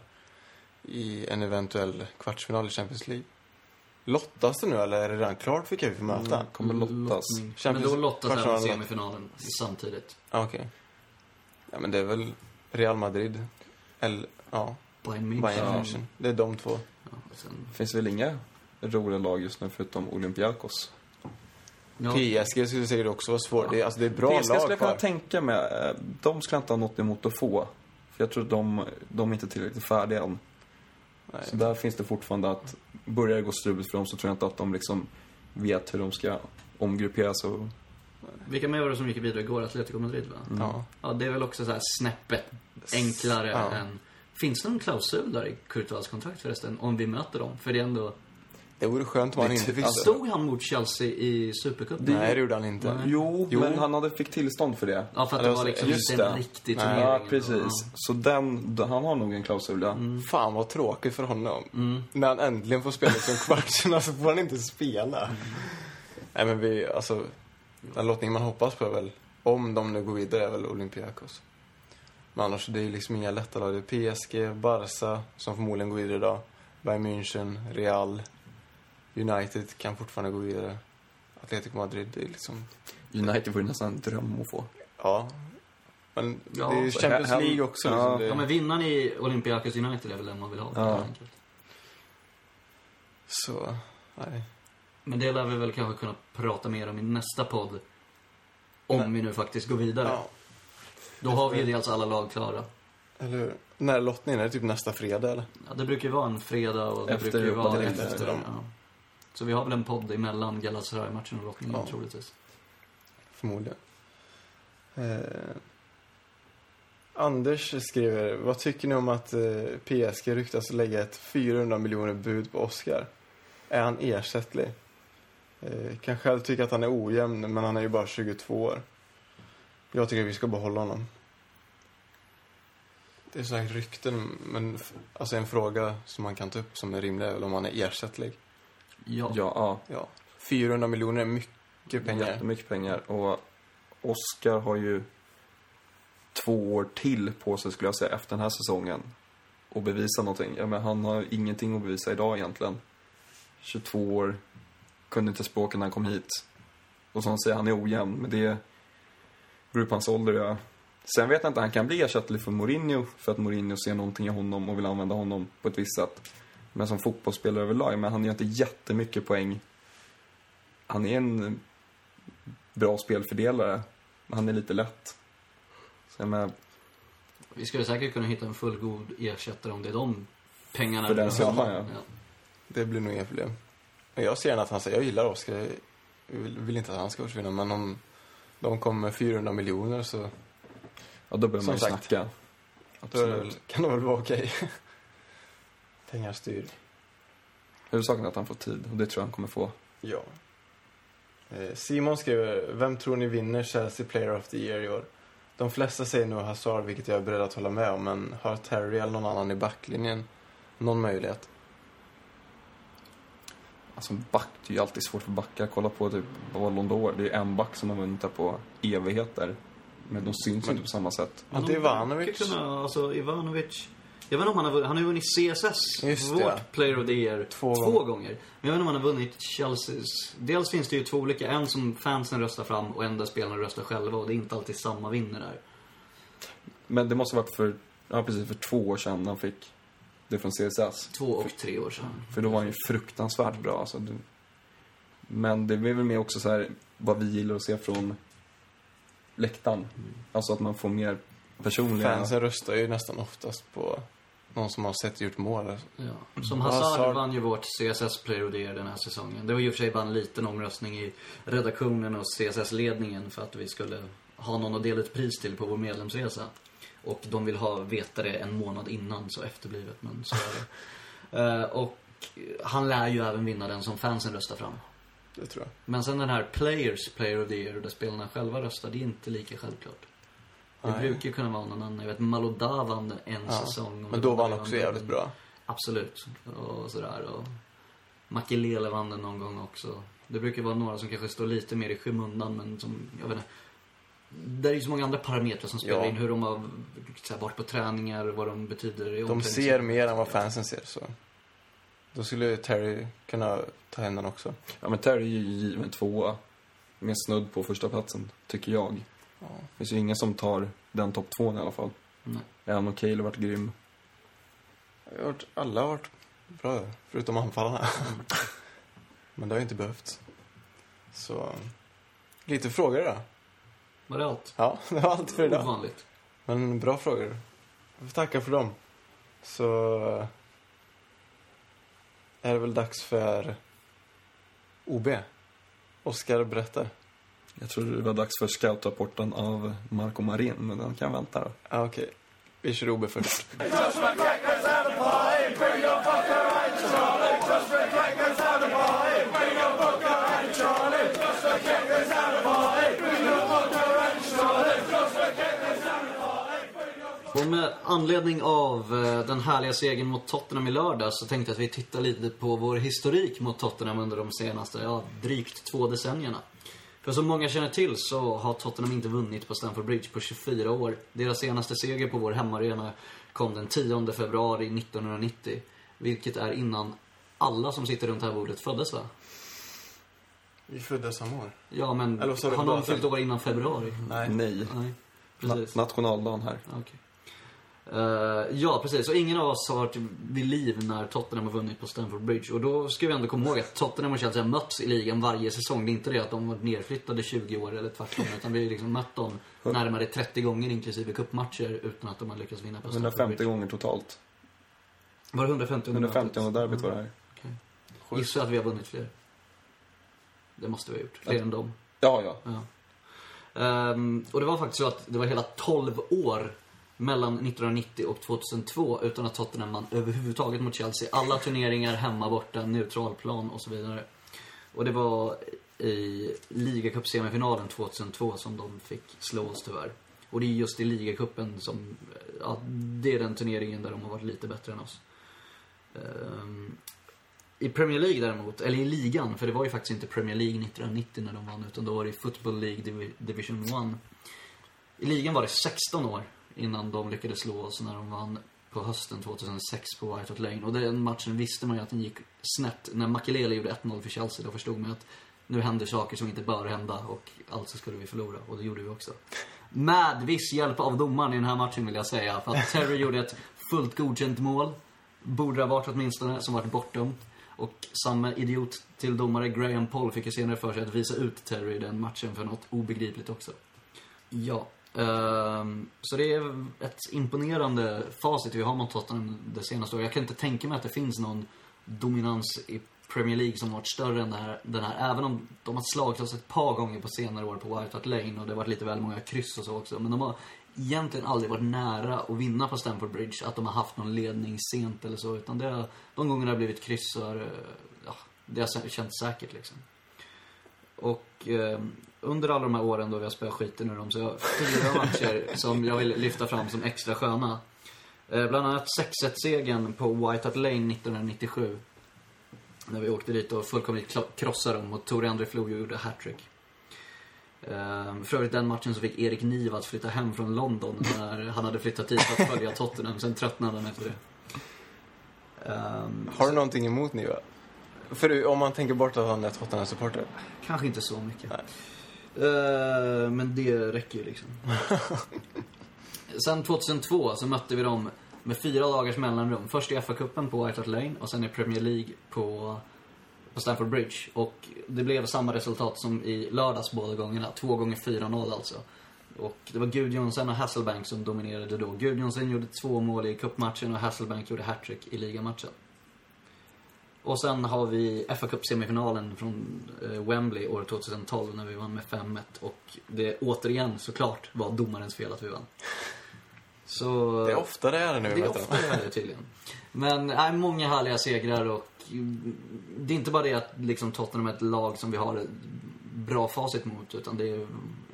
S2: i en eventuell kvartsfinal i Champions League? Lottas det nu eller är det redan klart vilka vi får möta?
S4: Mm, kommer lottas.
S3: Lottning. Men
S2: Champions-
S3: då lottas även
S2: kvartsfinalen.
S3: semifinalen samtidigt.
S2: Ja, Okej. Ja, men det är väl Real Madrid, eller ja,
S3: Bayern
S2: Bayern
S3: München.
S2: München. Det är de två.
S3: Ja, sen,
S4: Det finns väl inga roliga lag just nu förutom Olympiakos.
S3: ja.
S2: PSG skulle säkert också vara svårt. Det, är- alltså, det är bra
S4: PSG skulle
S2: lag
S4: jag kunna
S2: kvar.
S4: tänka mig. eh, De skulle jag inte ha något emot att få. För jag tror att de, de är inte tillräckligt färdiga än.
S2: Nej.
S4: Så där finns det fortfarande att, börjar det gå struligt för dem så tror jag inte att de liksom vet hur de ska omgruppera sig. och-
S3: Vilka mer var det som gick vidare igår? Atletico Madrid va?
S2: Ja.
S3: Ja, det är väl också så här snäppet Mm. enklare
S2: Ja.
S3: än... Finns det någon klausul där i Courtois kontrakt förresten? Om vi möter dem? För det är ändå... Alltså,
S2: Det vore skönt om han
S4: Det
S2: inte
S4: typ-
S2: visste.
S3: Stod han mot Chelsea i Supercupen?
S2: Nej, det gjorde han inte.
S4: Jo,
S2: Jo.
S4: men han hade fick tillstånd för det.
S3: Ja, för att det var liksom
S4: Just
S3: inte en
S4: det.
S3: riktig
S2: Nej.
S3: turnering.
S4: Ja, Mm.
S3: då.
S4: precis. Så den, han har nog en klausul, ja.
S2: Fan vad tråkigt för honom.
S4: Mm.
S2: När han äntligen får spela som kvartsen så alltså, får han inte spela.
S4: Mm.
S2: Nej men vi, alltså. Den lottning man hoppas på är väl, om de nu går vidare, är väl Olympiakos. Men annars, det är ju liksom inga lätta lag. Det är PSG, Barca, som förmodligen går vidare idag. Bayern München, Real. United kan fortfarande gå vidare. Atletico Madrid, det är liksom,
S4: United vore nästan en dröm att få.
S2: ja. Men
S3: Ja,
S2: det är ju
S4: så
S2: Champions
S4: här-
S2: League också.
S4: ja.
S2: Liksom. Det,
S3: Ja, men vinnaren i Olympiakos United är väl den man vill ha.
S4: Ja.
S3: helt enkelt.
S2: Så, nej.
S3: Men det lär vi väl kanske kunna prata mer om i nästa podd. Om
S2: Nej.
S3: vi nu faktiskt går vidare.
S2: Ja.
S3: Då har vi ju dels alla lag klara.
S2: Eller hur? När är lottningen? Är det typ nästa fredag eller?
S3: Ja, det brukar ju vara en fredag och det
S4: Efter
S3: brukar ju vara
S4: direkt
S2: efter dem.
S3: Ja. Så vi har väl en podd emellan Galatasaray-matchen och lottningen
S2: Ja.
S3: troligtvis.
S2: Förmodligen. Eh, Anders skriver, vad tycker ni om att eh, PSG ryktas lägga ett 400 miljoner bud på Oscar? Är han ersättlig? Eh, kan själv tycka att han är ojämn, men han är ju bara 22 år. Jag tycker att vi ska behålla honom. Det är sådana rykten, men f- alltså en fråga som man kan ta upp som är rimlig är väl om han är ersättlig.
S3: Ja.
S4: Ja, ja.
S2: Ja. 400 miljoner är mycket pengar.
S4: Jättemycket pengar. Och Oscar har ju två år till på sig, skulle jag säga, efter den här säsongen. Och bevisa någonting. Ja, men han har ingenting att bevisa idag egentligen. 22 år, kunde inte språket när han kom hit. Och som han säger, han är ojämn. Men det beror på hans ålder. Ja. Sen vet jag inte, han kan bli ersättlig för Mourinho. För att Mourinho ser någonting i honom och vill använda honom på ett visst sätt. Men som fotbollsspelare överlag, men han gör inte jättemycket poäng. Han är en bra spelfördelare. Men han är lite lätt. Så jag menar,
S3: Vi skulle säkert kunna hitta en fullgod ersättare om det är de pengarna
S4: för
S3: vi
S4: den
S3: behöver.
S4: summan, ja.
S3: Ja.
S2: Det blir nog inga problem. Men jag ser gärna att han säger, jag gillar Oscar, jag vill, vill inte att han ska försvinna, men om de kommer med 400 miljoner så
S4: ja då börjar
S2: Som
S4: man ju
S2: sagt.
S4: snacka.
S2: då är det
S4: Absolut.
S2: väl, kan det väl vara okej. (laughs) Pengar styr.
S4: Huvudsaken är att han får tid och det tror jag han kommer få.
S2: Ja. Eh, Simon skriver, vem tror ni vinner Chelsea Player of the Year i år? De flesta säger nog Hazard, vilket jag är beredd att hålla med om, men har Terry eller någon annan i backlinjen någon möjlighet?
S4: Alltså en back, det är ju alltid svårt för backar. Kolla på typ Ballon d'Or. Det är en back som har vunnit där på evigheter. Men de syns
S2: Men-
S4: inte på samma sätt.
S3: Men
S2: Att det är
S3: de
S2: Ivanovic.
S3: brukar Kunna, alltså Ivanovic. Jag vet inte om han har vunnit, han har ju vunnit CSS,
S2: Just
S3: vårt
S2: det.
S3: Player of the Year,
S2: Två
S3: två,
S2: gånger.
S3: gånger. Men jag vet inte om han har vunnit Chelseas. Dels finns det ju två olika, en som fansen röstar fram och en där spelarna röstar själva och det är inte alltid samma vinner där.
S4: Men det måste ha varit för, ja precis, för två år sedan han fick det från CSS.
S3: Två och tre år sedan.
S4: För då var han ju fruktansvärt bra. Alltså, du... Men det blir väl mer också så här vad vi gillar att se från läktaren. Alltså att man får mer personliga...
S2: Fansen röstar ju nästan oftast på någon som har sett och gjort mål. Mm.
S3: Ja. Som Hazard,
S2: Hazard.
S3: vann ju vårt CSS Player of the Year den här säsongen. Det var ju i och för sig bara en liten omröstning i redaktionen och CSS-ledningen för att vi skulle ha någon att dela ut pris till på vår medlemsresa. Och de vill ha veta det en månad innan, så efterblivet, men så är
S2: (laughs)
S3: det. Eh, och han lär ju även vinna den som fansen röstar fram.
S2: Det tror jag.
S3: Men sen den här Players Player of the Year, där spelarna själva röstar, det är inte lika självklart. Det
S2: Nej.
S3: brukar ju kunna vara någon annan. Jag vet Malodá vann den en
S2: Ja,
S3: säsong. och
S2: Men då var han
S3: Malodá
S2: också
S3: vann
S2: jävligt
S3: den-
S2: bra.
S3: Absolut. Och sådär. Och Makelele vann den någon gång också. Det brukar vara några som kanske står lite mer i skymundan, men som, jag vet inte. Där är ju så många andra parametrar som spelar
S2: Ja.
S3: in. Hur de har så här, varit på träningar, vad de betyder i
S2: De ser mer än vad fansen ser, så. Då skulle ju Terry kunna ta hem den också.
S4: Ja men Terry är ju given tvåa. Med snudd på första platsen tycker jag.
S2: Ja.
S4: Det finns ju ingen som tar den topp tvåan i alla fall.
S3: Nej.
S4: Även om Cale har varit grym.
S2: Jag har hört- Alla har varit bra, förutom anfallarna. (laughs) Men det har ju inte behövts. Så, lite frågor då.
S3: Var det allt?
S2: Ja, det var allt för idag.
S3: Ovanligt.
S2: Men bra frågor. Jag får tacka för dem. Så eh, är det väl dags för OB. Oskar berättar.
S4: Jag tror det var dags för scoutrapporten av Marco Marin, men den kan vänta då.
S2: Ja, okej. Vi kör OB först.
S3: Och med anledning av eh, den härliga segern mot Tottenham i lördag så tänkte jag att vi tittar lite på vår historik mot Tottenham under de senaste, ja, drygt två decennierna. För som många känner till så har Tottenham inte vunnit på Stamford Bridge på 24 år. Deras senaste seger på vår hemmaarena kom den 10 februari 1990. Vilket är innan alla som sitter runt det här bordet föddes va?
S2: Vi föddes samma år.
S3: Ja men,
S2: Eller vad sa du,
S3: har någon
S2: datum?
S3: fyllt år innan februari?
S2: Nej.
S4: Nej.
S3: Nej,
S4: Na-
S3: precis.
S4: nationaldagen här.
S3: Okej. Eh, ja, precis. Och ingen av oss har varit vid liv när Tottenham har vunnit på Stamford Bridge. Och då ska vi ändå komma ihåg att Tottenham och Chelsea har mötts i ligan varje säsong. Det är inte det att de har varit nerflyttade 20 år eller tvärtom. Utan vi har ju liksom mött dem närmare 30 gånger inklusive cupmatcher utan att de har lyckats vinna på Stamford
S4: 150
S3: Bridge.
S4: gånger totalt.
S3: Var det 150 gånger?
S4: 150 derbyt var det här.
S3: Mm. Gissa att vi har vunnit fler. Det måste vi ha gjort. Fler än dem.
S4: Ja, ja.
S3: Ja. Ehm, och det var faktiskt så att det var hela 12 år mellan 1990 och 2002 utan att Tottenham vann överhuvudtaget mot Chelsea. Alla turneringar, hemma, borta, neutralplan och så vidare. Och det var i ligacupsemifinalen 2002 som de fick slå oss tyvärr. Och det är just i ligacupen som, ja, det är den turneringen där de har varit lite bättre än oss. Ehm, i Premier League däremot, eller i ligan, för det var ju faktiskt inte Premier League 1990 när de vann, utan då var det i Football League Divi- Division 1. I ligan var det 16 år innan de lyckades slå oss när de vann på hösten 2006 på White Hart Lane. Och den matchen visste man ju att den gick snett. När Makelele gjorde 1-0 för Chelsea, då förstod man att nu händer saker som inte bör hända och alltså skulle vi förlora. Och det gjorde vi också. Med viss hjälp av domaren i den här matchen vill jag säga. För att Terry gjorde ett fullt godkänt mål. Borde ha varit åtminstone, som varit bortom. Och samma idiot till domare, Graham Paul, fick ju senare för sig att visa ut Terry i den matchen för något obegripligt också. Ja. ehm, så det är ett imponerande facit vi har mot Tottenham det senaste året. Jag kan inte tänka mig att det finns någon dominans i Premier League som varit större än det här, den här. Även om de har slagit oss ett par gånger på senare år på White Hart Lane och det har varit lite väl många kryss och så också. Men de har egentligen aldrig varit nära att vinna på Stamford Bridge. Att de har haft någon ledning sent eller så. Utan det har, de gånger det har blivit kryss så har det- ja, det har känts säkert liksom. Och eh, under alla de här åren då vi har spöat skiten ur dem så jag har fyra matcher som jag vill lyfta fram som extra sköna. Eh, bland annat 6-1-segern på White Hart Lane 1997. När vi åkte dit och fullkomligt kla- krossade dem och Tore André Flo gjorde hattrick. Ehm, För övrigt den matchen så fick Erik Niva att flytta hem från London när han hade flyttat hit för att följa Tottenham. Sen tröttnade han efter det. Ehm,
S2: Har du någonting emot Niva? För om man tänker bort att han är Tottenham-supporter.
S3: Kanske inte så mycket.
S2: Nej.
S3: Eh, men det räcker ju liksom. sen 2002 så mötte vi dem med fyra dagars mellanrum. Först i FA-cupen på White Hart Lane och sen i Premier League på, på Stamford Bridge. Och det blev samma resultat som i lördags båda gångerna. Två gånger 4-0 alltså. Och det var Gudjonsen och Hasselbank som dominerade då. Gudjonsen gjorde två mål i cupmatchen och Hasselbank gjorde hattrick i ligamatchen. Och sen har vi FA Cup-semifinalen från eh, Wembley år 2012 när vi vann med 5-1. Och det återigen såklart var domarens fel att vi vann. Så...
S2: Det är ofta det är det nu,
S3: Det är
S2: vet du.
S3: ofta det här tydligen. Men nej, många härliga segrar och mm, det är inte bara det att liksom, Tottenham är ett lag som vi har ett bra facit mot utan det är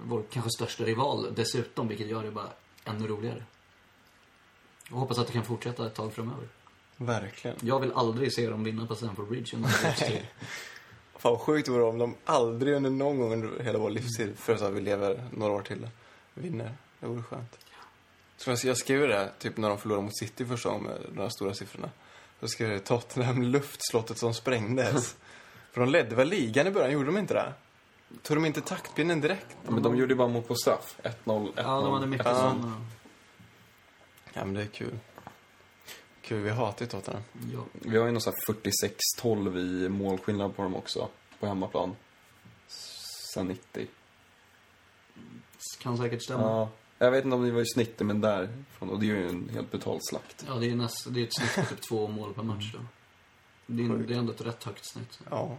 S3: vår kanske största rival dessutom vilket gör det bara ännu roligare. Jag hoppas att det kan fortsätta ett tag framöver.
S2: Verkligen.
S3: Jag vill aldrig se dem vinna på Stamford Bridge (laughs) under min livstid.
S2: Fan vad sjukt det vore om de aldrig under någon gång under hela vår livstid, förrän så att vi lever några år till, vinner. Det vore skönt. Så jag- jag skriver det, här, typ när de förlorade mot City första gången med de här stora siffrorna. Så skriver jag Tottenham, luftslottet som (laughs) sprängdes. För de ledde väl ligan i början, gjorde de inte det? Tog de inte taktpinnen direkt?
S4: Men de gjorde ju bara mål på straff. 1-0, 1-0.
S3: Mm. Ja, de hade mycket eh,
S4: 1-0.
S3: sådana.
S2: Ja, men det är kul. Kul, vi hatar ju Tottenham.
S3: Ja.
S4: Vi har ju någon sån här 46-12 i målskillnad på dem också. På hemmaplan. Sen 90.
S3: Kan säkert stämma. Ja.
S4: Ja. Jag vet inte om det var i snitt, men där. från- Och det är ju en helt brutal slakt.
S3: det är, näst, det är ett snitt på typ två mål per match då. Det är, det är ändå ett rätt högt snitt.
S2: Ja.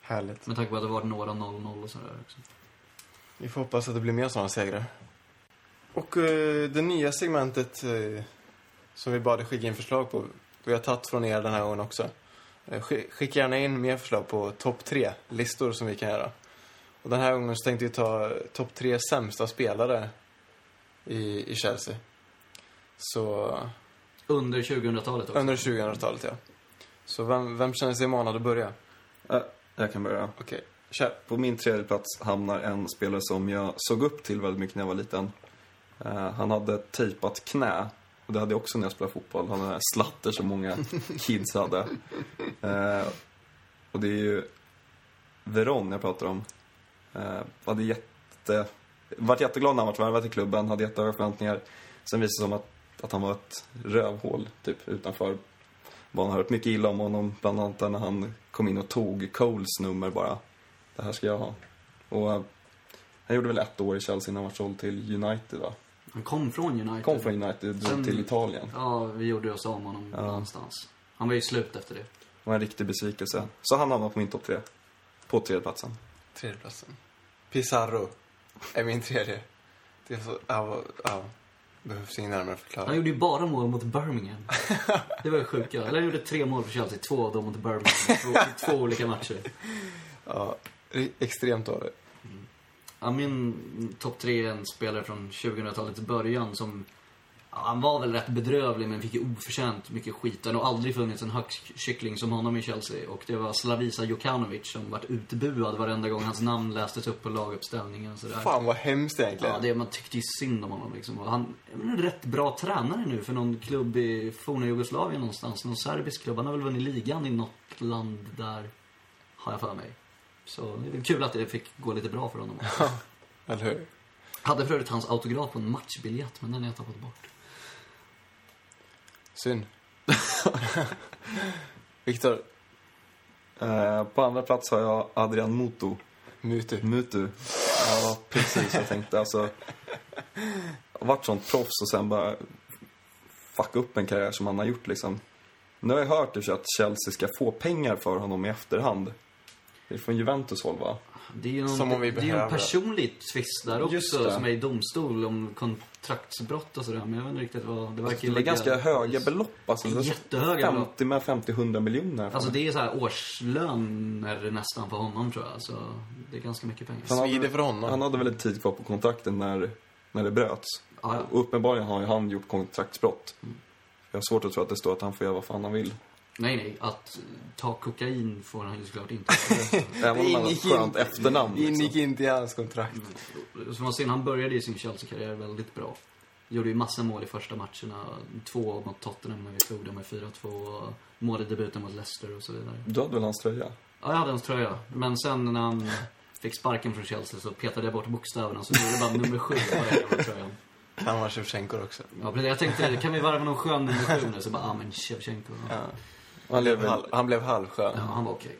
S2: Härligt.
S3: Med tanke på att det varit några 0-0 och sådär också.
S2: Vi får hoppas att det blir mer sådana segrar. Och eh, det nya segmentet eh, som vi bad er skicka in förslag på, vi har tagit från er den här gången också. Eh, sk- skicka gärna in mer förslag på topp tre-listor som vi kan göra. Och den här gången så tänkte vi ta eh, topp tre sämsta spelare i, i Chelsea. Så
S3: Under 2000-talet också.
S2: under 2000-talet, ja. Så vem, vem känner sig manad att börja?
S4: Äh, jag kan börja.
S2: Okej, kör.
S4: På min tredje plats hamnar en spelare som jag såg upp till väldigt mycket när jag var liten. Eh, han hade tejpat knä. Och det hade jag också när jag spelade fotboll. Han hade slatter
S2: (laughs)
S4: som många kids hade. Eh, och det är ju Veron jag pratar om. Eh, hade jätte... Vart jätteglad när han vart värvad till klubben, hade jättehöga förväntningar. Sen visade det sig att, att han var ett rövhål, typ, utanför banan. Har hört mycket illa om honom, bland annat när han kom in och tog Coles nummer bara. Det här ska jag ha. Och eh, han gjorde väl ett år i Chelsea innan han vart såld till United, va?
S3: Han kom från United.
S4: Kom från United och drog
S3: Sen-
S4: till Italien.
S3: Ja, vi gjorde oss om honom
S4: Ja.
S3: någonstans. Han var ju slut efter det.
S4: Det var en riktig besvikelse. Så han hamnade på min topp tre. På tredjeplatsen.
S2: Tredjeplatsen. Pizarro är min tredje. Det är så, ja, vad- ja. Behövs ingen närmare
S3: Han
S2: förklaring.
S3: gjorde ju bara mål mot
S4: (laughs)
S3: Birmingham. Det var ju sjukt. Eller han gjorde tre mål för Chelsea, två av dem mot Birmingham. Två, I två olika matcher.
S2: Ja, re- extremt dålig.
S3: Ja, min topp tre är en spelare från 2000-talets början som... Ja, han var väl rätt bedrövlig men fick ju oförtjänt mycket skit. Det har nog aldrig funnits en hackkyckling som honom i Chelsea. Och det var Slavisa Jokanovic som vart utbuad varenda gång hans namn lästes upp på laguppställningen. och Sådär.
S2: Fan vad hemskt egentligen.
S3: Ja, det, man tyckte ju synd om honom liksom. Och han är väl en rätt bra tränare nu för någon klubb i forna Jugoslavien någonstans. Någon serbisk klubb. Han har väl vunnit ligan i något land där, har jag för mig. Så det är väl kul att det fick gå lite bra för honom.
S2: Eller hur?
S3: Hade för övrigt hans autograf på en matchbiljett, men den har jag tappat bort.
S2: Synd. (laughs) Viktor,
S4: Eh, på andra plats har jag Adrian Mutu.
S2: Mutu.
S4: Mutu. Ja, precis. Jag tänkte alltså... Vart sånt proffs och sen bara fucka upp en karriär som han har gjort liksom. Nu har jag hört i och för sig att Chelsea ska få pengar för honom i efterhand. Det är från Juventus håll, va?
S3: Det är ju någon,
S2: Som om vi
S3: det är ju en
S2: behöver.
S3: personlig tvist där
S4: Just
S3: också
S4: det.
S3: som är i domstol om kontraktsbrott och sådär. Men jag vet inte riktigt vad... Det verkar
S4: Det är
S3: ligga-
S4: ganska höga belopp alltså.
S3: Det är jättehöga belopp.
S4: 50 med 50-100 miljoner.
S3: Alltså det är så här årslöner nästan på honom tror jag. Så det är ganska mycket pengar.
S4: Han hade-
S2: Svider för honom.
S4: Han hade väl en tid kvar på kontrakten när, när det bröts.
S3: Ja, ja.
S4: Och uppenbarligen har ju han gjort kontraktsbrott. Jag har svårt att tro att det står att han får göra vad fan han vill.
S3: Nej, nej. Att ta kokain får han ju såklart inte.
S4: (laughs) Även om han har ett
S2: ingick
S4: skönt
S2: inte-
S4: efternamn.
S2: Det ingick
S4: Liksom.
S2: inte i hans kontrakt.
S3: Som man ser, han började ju sin Chelsea-karriär väldigt bra. Gjorde ju massa mål i första matcherna. Två mot Tottenham när vi slog dem med 4-2. och Mål i debuten mot Leicester och så vidare.
S4: Du hade väl hans tröja?
S3: Ja, jag hade hans tröja. Men sen när han fick sparken från Chelsea så petade jag bort bokstäverna så nu är det bara nummer sju på den här jävla tröjan.
S2: Han var Shevchenko också.
S3: Ja, precis. jag tänkte, kan vi varva någon skön nummer sju nu? Så bara, ah men Shevchenko. Ja.
S2: Ja. Han, blev halv, han blev halvskön.
S3: han var okej.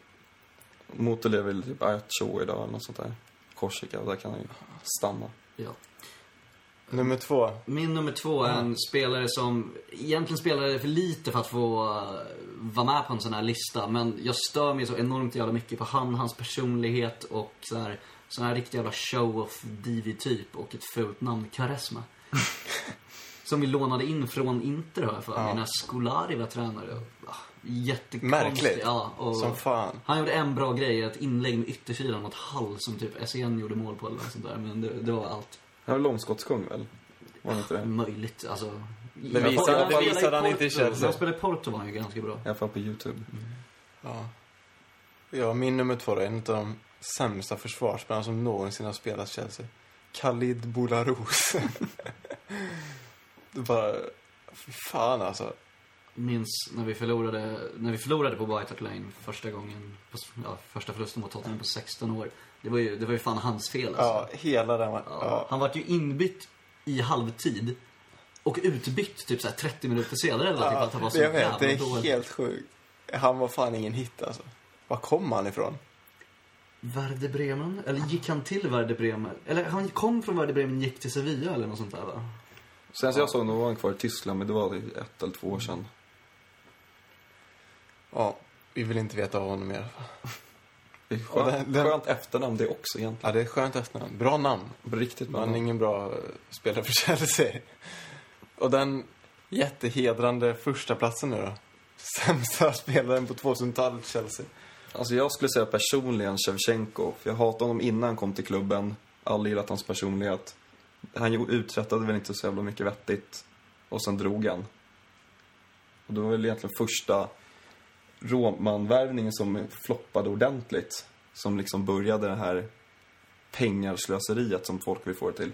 S4: Motor lever väl typ Ajaccio idag eller något sånt där. Korsika, där kan han ju stanna.
S3: Ja.
S2: Nummer två.
S3: Min nummer två är en spelare som egentligen spelade för lite för att få eh, vara med på en sån här lista. Men jag stör mig så enormt jävla mycket på han, hans personlighet och så här, sån här riktig jävla show-off-divi-typ och ett fult namn,
S2: (laughs)
S3: Karesma. som vi lånade in från Inter har jag för mig, när Scolari var tränare. Ah, Jättekonstigt.
S2: Märkligt.
S3: Ja, och
S2: Som fan.
S3: Han gjorde en bra grej, ett inlägg med yttersidan mot Hall som typ SCN gjorde mål på eller något sånt där. Men det, det var allt.
S4: Han var långskottskung väl? Var han inte det?
S3: eh, Möjligt, alltså.
S2: Det visade-
S3: Jag- jag-
S2: det
S3: jag-
S2: visade han
S3: Porto.
S2: inte i Chelsea.
S3: När han spelade i Porto var han ju ganska bra.
S4: I alla fall på Youtube.
S2: Ja. ja, min nummer två då, är en av de sämsta försvarsspelarna som någonsin har spelat Chelsea. Khalid Boularus. (laughs) det bara... Fy fan alltså.
S3: Minns när vi förlorade, när vi förlorade på White Hart Lane första gången, på, ja, första förlusten mot Tottenham på 16 år. Det var ju, det var ju fan hans fel alltså.
S2: Ja, hela den matchen.
S3: Ja. Han vart ju inbytt i halvtid och utbytt typ såhär 30 minuter senare eller någonting för att han var så
S2: jag vet, det
S3: jävla
S2: är
S3: dålig.
S2: helt sjukt. Han var fan ingen hit alltså. Var kom han ifrån?
S3: Werder Bremen? Eller gick han till Werder Bremen? Eller han kom från Werder Bremen, gick till Sevilla eller något sånt där va?
S4: Sen så jag såg honom var han kvar i Tyskland, men det var ett eller två år sedan.
S2: Ja, vi vill inte veta av honom i alla fall.
S4: Det är skönt,
S2: Och den- den-
S4: skönt efternamn det också egentligen.
S2: Ja, det är ett skönt efternamn. Bra namn.
S4: Riktigt bra.
S2: Men
S4: namn.
S2: ingen bra eh, spelare för Chelsea. Och den jättehedrande första platsen nu då? Sämsta (laughs) spelaren på 2000-talet, Chelsea.
S4: Alltså jag skulle säga personligen Shevchenko. För jag hatade honom innan han kom till klubben. Aldrig gillat hans personlighet. Han gjorde- uträttade väl inte så jävla mycket vettigt. Och sen drog han. Och det var väl egentligen första Roman-värvningen som floppade ordentligt. Som liksom började det här pengarslöseriet som folk vill få det till.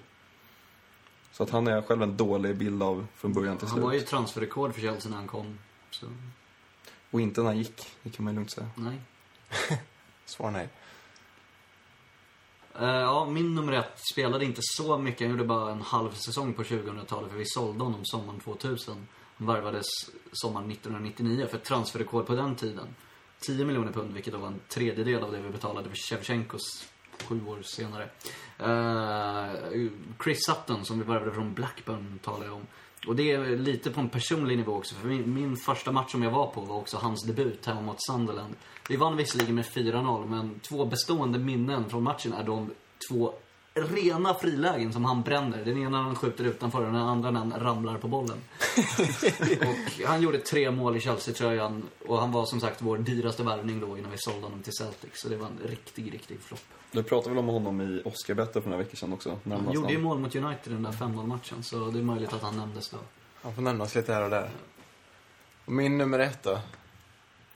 S4: Så att han är själv en dålig bild av från början till
S3: Han var ju
S4: slut.
S3: transferrekord för Chelsea när han kom. Så,
S4: Och inte när han gick, det kan man ju lugnt säga.
S3: nej.
S2: Svar nej.
S3: Eh, ja, min nummer ett spelade inte så mycket. Han gjorde bara en halv säsong på 2000-talet för vi sålde honom sommaren 2000. Han värvades sommaren 1999 för ett transferrekord på den tiden. 10 miljoner pund, vilket då var en tredjedel av det vi betalade för Shevchenkos sju år senare. Eh, Chris Sutton som vi värvade från Blackburn talar jag om. Och det är lite på en personlig nivå också, för min, min första match som jag var på var också hans debut hemma mot Sunderland. Vi vann visserligen med 4-0, men två bestående minnen från matchen är de två rena frilägen som han bränner. Den ena han skjuter utanför, den andra när han ramlar på bollen. och han gjorde tre mål i Chelsea-tröjan och han var som sagt vår dyraste värvning då innan vi sålde honom till Celtic. Så det var en riktig, riktig flopp.
S4: Du pratade väl om honom i Oscarbettet för några veckor sedan också? när
S3: Han
S4: var
S3: gjorde ju
S4: snabb.
S3: mål mot United i den där 5-0-matchen, så det är möjligt att han nämndes då.
S2: Han får nämnas lite här och där. Och min nummer ett då?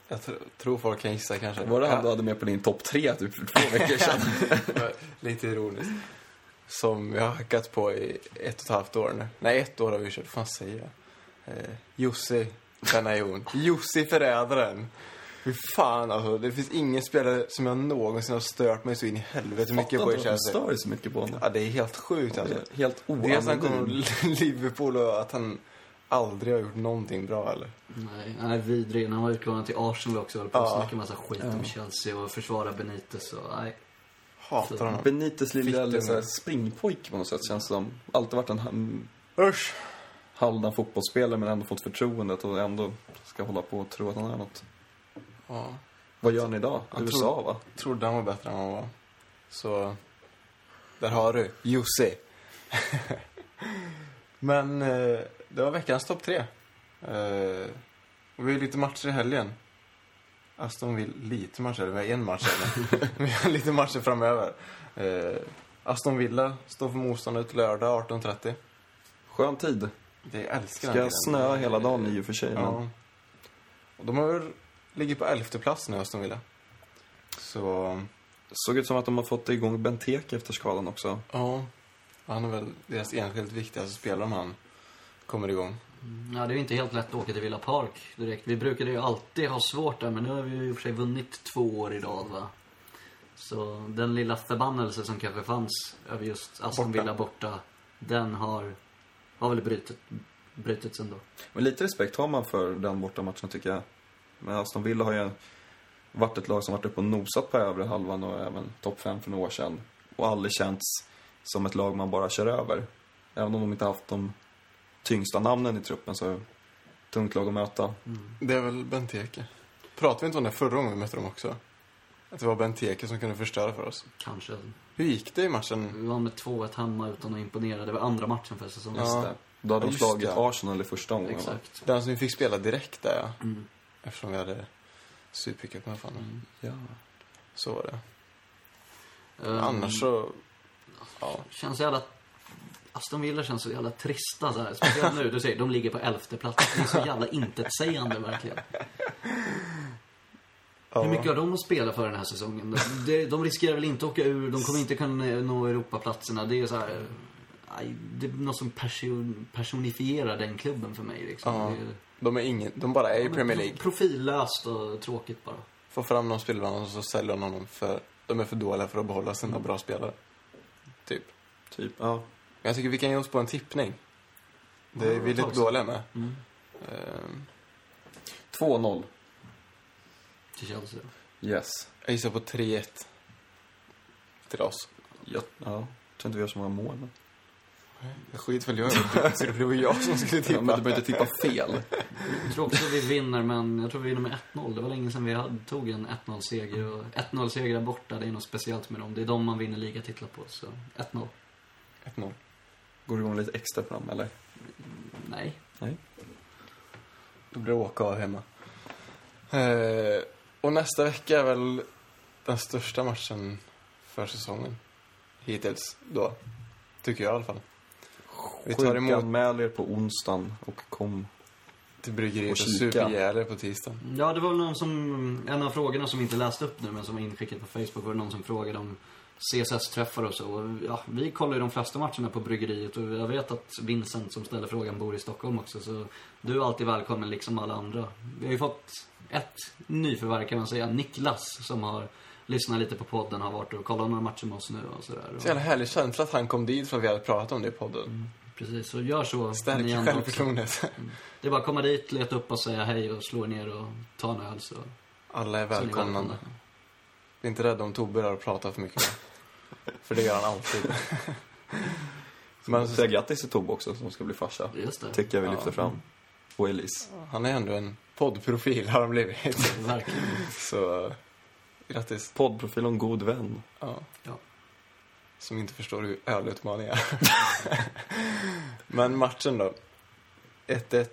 S2: Jag tr- tror folk kan gissa kanske.
S4: Var det han
S2: Ja.
S4: du hade med på din topp tre typ för
S2: (laughs)
S4: två veckor sedan?
S2: Lite ironiskt. Som jag har hackat på i ett och ett halvt år nu. Nej, ett år har vi kört. Vad fan säger jag? Eh, Jussi Benayoun. Jussi Förrädaren. Fy fan alltså. Det finns ingen spelare som jag någonsin har stört mig så in i helvete mycket på i
S4: Jag
S2: Chelsea.
S4: stör dig så mycket på honom.
S2: Ja, det är helt sjukt alltså.
S4: Helt
S2: Dels han kommer
S4: oanonym.
S2: från Liverpool och att han aldrig har gjort någonting bra eller.
S3: Nej, nej vidrig. När han var utlånad till Arsenal också höll på att
S2: Ja.
S3: snacka massa skit om Chelsea och försvara Benitez och nej.
S2: Hatar honom.
S4: Benites lilla
S2: Fittunge.
S4: liksom, springpojk på något sätt känns det som. Alltid varit en ham-
S2: Usch!
S4: halvdan fotbollsspelare men ändå fått förtroendet och ändå ska hålla på och tro att han är något.
S2: Ja.
S4: Vad gör han idag?
S2: Han
S4: USA
S2: tror-
S4: va?
S2: trodde han var bättre än vad han var. Så, där har du Jussi. (laughs) Men eh, det var veckans topp tre. Eh, och vi har lite matcher i helgen. Aston Villa, lite matcher, eller vi har en match här
S4: (laughs)
S2: nu. Vi har lite matcher framöver. Eh, Aston Villa står för motståndet lördag 18.30.
S4: Skön tid.
S2: Det jag älskar
S4: Ska
S2: den
S4: jag
S2: tiden.
S4: snöa hela dagen i och för sig. Men
S2: Ja. Och de har väl, ligger på elfte plats nu, Aston Villa. Så...
S4: såg ut som att de har fått igång Benteke efter skadan också.
S2: Ja, han är väl deras enskilt viktigaste spelare om han kommer igång.
S3: Ja, det är ju inte helt lätt att åka till Villa Park direkt. Vi brukade ju alltid ha svårt där, men nu har vi ju i och för sig vunnit två år i rad va. Så den lilla förbannelse som kanske fanns över just Aston
S2: Borta.
S3: Villa borta, den har, har väl brutit, brutits ändå.
S4: Men lite respekt har man för den bortamatchen tycker jag. Men Aston Villa har ju varit ett lag som varit uppe och nosat på övre halvan och även topp fem för några år sedan. Och aldrig känts som ett lag man bara kör över. Även om de inte haft de tyngsta namnen i truppen så är det ett tungt lag att möta.
S2: Det är väl Benteke. Pratade vi inte om det förra gången vi mötte dem också? Att det var Benteke som kunde förstöra för oss.
S3: Kanske.
S2: Hur gick det i matchen?
S3: Vi vann med 2-1 hemma utan att imponera. Det var andra matchen för säsongen.
S2: Ja.
S4: Just det. Då hade de
S2: Just
S4: slagit
S2: det.
S4: Arsenal i första omgången va?
S3: Exakt.
S2: Den som vi fick spela direkt där, ja. Mm. Eftersom vi hade Supercup med fan.
S4: Ja.
S2: Så var det.
S3: Ehm,
S2: Annars så... Ja.
S3: Känns så jävla... Aston Villa känns så jävla trista så här. Speciellt nu, du säger, de ligger på elfte plats. Det är så jävla intetsägande verkligen. Hur mycket har de att spela för den här säsongen? De, de riskerar väl inte att åka ur, de kommer inte kunna nå Europaplatserna. Det är så här... Aj, det är något som person, personifierar den klubben för mig liksom.
S2: Ja.
S3: Det är,
S2: De, är ingen, de bara är i Premier League.
S3: Profillöst och tråkigt bara.
S2: Får fram någon spelare och så säljer de honom för de är för dåliga för att behålla sina bra spelare. Typ.
S4: Typ, ja.
S2: Men jag tycker vi kan ge oss på en tippning. Det är
S3: Ja,
S2: vi lite
S3: tack så.
S2: dåliga med.
S3: Mm.
S2: Ehm,
S4: 2-0.
S3: Till Chelsea.
S4: Yes.
S2: jag gissar på 3-1. Till oss.
S4: Jag, ja. Jag tror inte vi gör så många mål. men-
S2: Skit väl jag i. (laughs) Så det blev jag som skulle
S4: Ja,
S2: tippa.
S4: men du behöver
S2: (laughs)
S4: inte tippa fel.
S3: Jag tror också vi vinner, men jag tror vi vinner med 1-0. Det var länge sedan vi hade, tog en 1-0-seger. Och 1-0-segrar borta, det är något speciellt med dem. Det är de man vinner ligatitlar på, så 1-0.
S2: 1-0.
S4: Går du igång lite extra på dem, eller?
S3: Nej.
S2: Då blir det åka av hemma. Eh, och nästa vecka är väl den största matchen för säsongen. Hittills då. Tycker jag i alla fall. Vi tar emot
S4: Sjukanmäl er på onsdagen och kom.
S2: till bryggeriet
S4: och
S2: och
S4: kika.
S2: super ihjäl er på tisdagen.
S3: Ja, det var väl någon som, en av frågorna som vi inte läste upp nu, men som var inskickad på Facebook, var det någon som frågade om CSS-träffar och så. Och ja, vi kollar ju de flesta matcherna på bryggeriet och jag vet att Vincent som ställde frågan bor i Stockholm också, så du är alltid välkommen liksom alla andra. Vi har ju fått ett nyförvärv kan man säga, Niklas, som har lyssnat lite på podden, har varit och kollat några matcher med oss nu och sådär.
S2: Så
S3: Och,
S2: jävla härlig känsla att han kom dit för att vi hade pratat om det i podden.
S3: precis, så gör så ni
S2: Stärker
S3: andra också.
S2: självförtroendet. (laughs)
S3: Det är bara att komma dit, leta upp och säga hej och slå er ner och ta en öl så, så
S2: Alla är
S3: är ni
S2: välkomnande. Bli inte rädda om Tobbe där och pratar för mycket. för det gör han alltid. Men
S4: Säga grattis till Tobbe också som ska bli farsa.
S3: Just det.
S4: Tycker jag vi
S2: Ja.
S4: lyfter fram. Och Elise.
S2: han är ändå en poddprofil har han blivit.
S3: Verkligen.
S2: Så eh, grattis.
S4: Poddprofil om god vän.
S2: Ja.
S3: Ja.
S2: Som inte förstår hur ölutmaning är. (laughs) Men matchen då. 1-1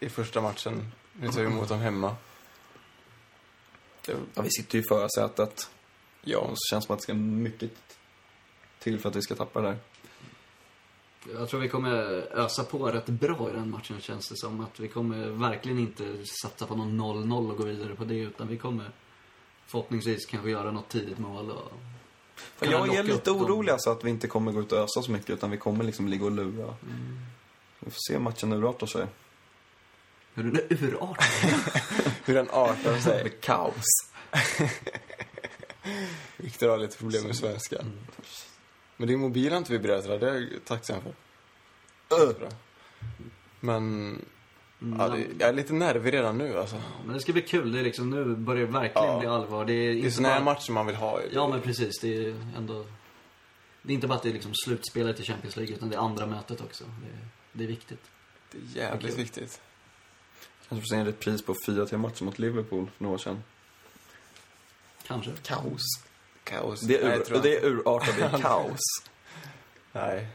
S2: i första matchen. Vi tar emot dem hemma. Det,
S4: Ja, vi sitter ju i förarsätet. Ja,
S2: ja,
S4: och så känns det som att det ska mycket till för att vi ska tappa det där.
S3: Jag tror vi kommer ösa på rätt bra i den matchen känns det som. Att vi kommer verkligen inte satsa på någon 0-0 och gå vidare på det. Utan vi kommer förhoppningsvis kanske göra något tidigt mål. Och kunna
S4: Jag
S3: locka
S4: är lite
S3: upp dem.
S4: orolig alltså att vi inte kommer gå ut och ösa så mycket utan vi kommer liksom ligga och lura.
S3: Mm.
S4: Vi får se hur matchen urartar sig.
S3: Hur den är urartad.
S2: hur den artar
S4: Det
S2: sig.
S4: blir kaos.
S2: Viktor har lite problem med svenska. Men din mobil har inte vibrerat idag. Det är jag tacksam för. Det är bra. Men ja, det, jag är lite nervig redan nu alltså.
S3: Mm. Men det ska bli kul. Det är liksom, nu börjar det verkligen
S2: Ja.
S3: bli allvar. Det är
S2: Det är
S3: inte
S2: såna här
S3: bara...
S2: matcher man vill ha. ju.
S3: Ja men precis. Det är ändå... Det är inte bara att det är liksom slutspelet i Champions League. Utan det är andra mötet också. Det är, det är viktigt.
S2: Det är jävligt viktigt.
S4: Kanske får se en repris på 4-3-matchen mot Liverpool för några år sedan.
S3: Kanske.
S2: Kaos. Kaos.
S4: Det
S2: Nej,
S4: är,
S2: jag tror
S4: ur, det är urartat, det är (laughs) kaos.
S2: Nej.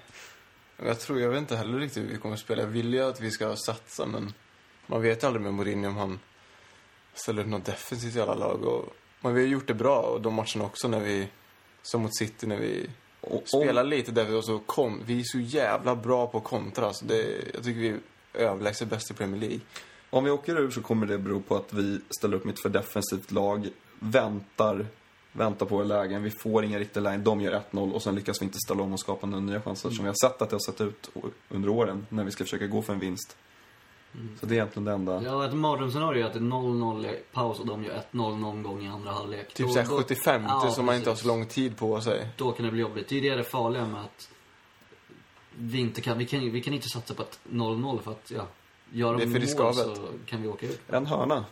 S2: Men Jag tror, jag vet inte heller riktigt hur vi kommer att spela. Jag vill ju att vi ska satsa, men man vet ju aldrig med Mourinho om han ställer upp något defensivt i alla lag. Och, men vi har gjort det bra, och de matcherna också när vi, som mot City, när vi
S4: Och,
S2: spelar lite defensivt och så kom, vi är så jävla bra på kontra. Alltså det, jag tycker vi är överlägset bäst i Premier League.
S4: Om vi åker ur så kommer det bero på att vi ställer upp mitt för defensivt lag, väntar, väntar på våra lägen, vi får inga riktiga lägen, de gör 1-0 och sen lyckas vi inte ställa om och skapa några nya chanser som vi har sett att det har sett ut o- under åren när vi ska försöka gå för en vinst.
S3: Mm.
S4: Så det är egentligen det enda.
S3: Ja, ett mardrömsscenario är att det är 0-0 i paus och de gör 1-0 någon gång i andra halvlek.
S2: Typ
S3: Då-
S2: såhär
S3: då-
S2: 75
S3: Ja,
S2: typ som man inte har
S3: precis.
S2: så lång tid på sig.
S3: Då kan det bli jobbigt. Det är det, det farliga med att vi inte kan, vi kan, vi kan inte satsa på ett 0-0 för att, ja. Gör de
S2: Det är för
S3: mål
S2: riskabelt.
S3: så kan vi åka ut.
S4: En hörna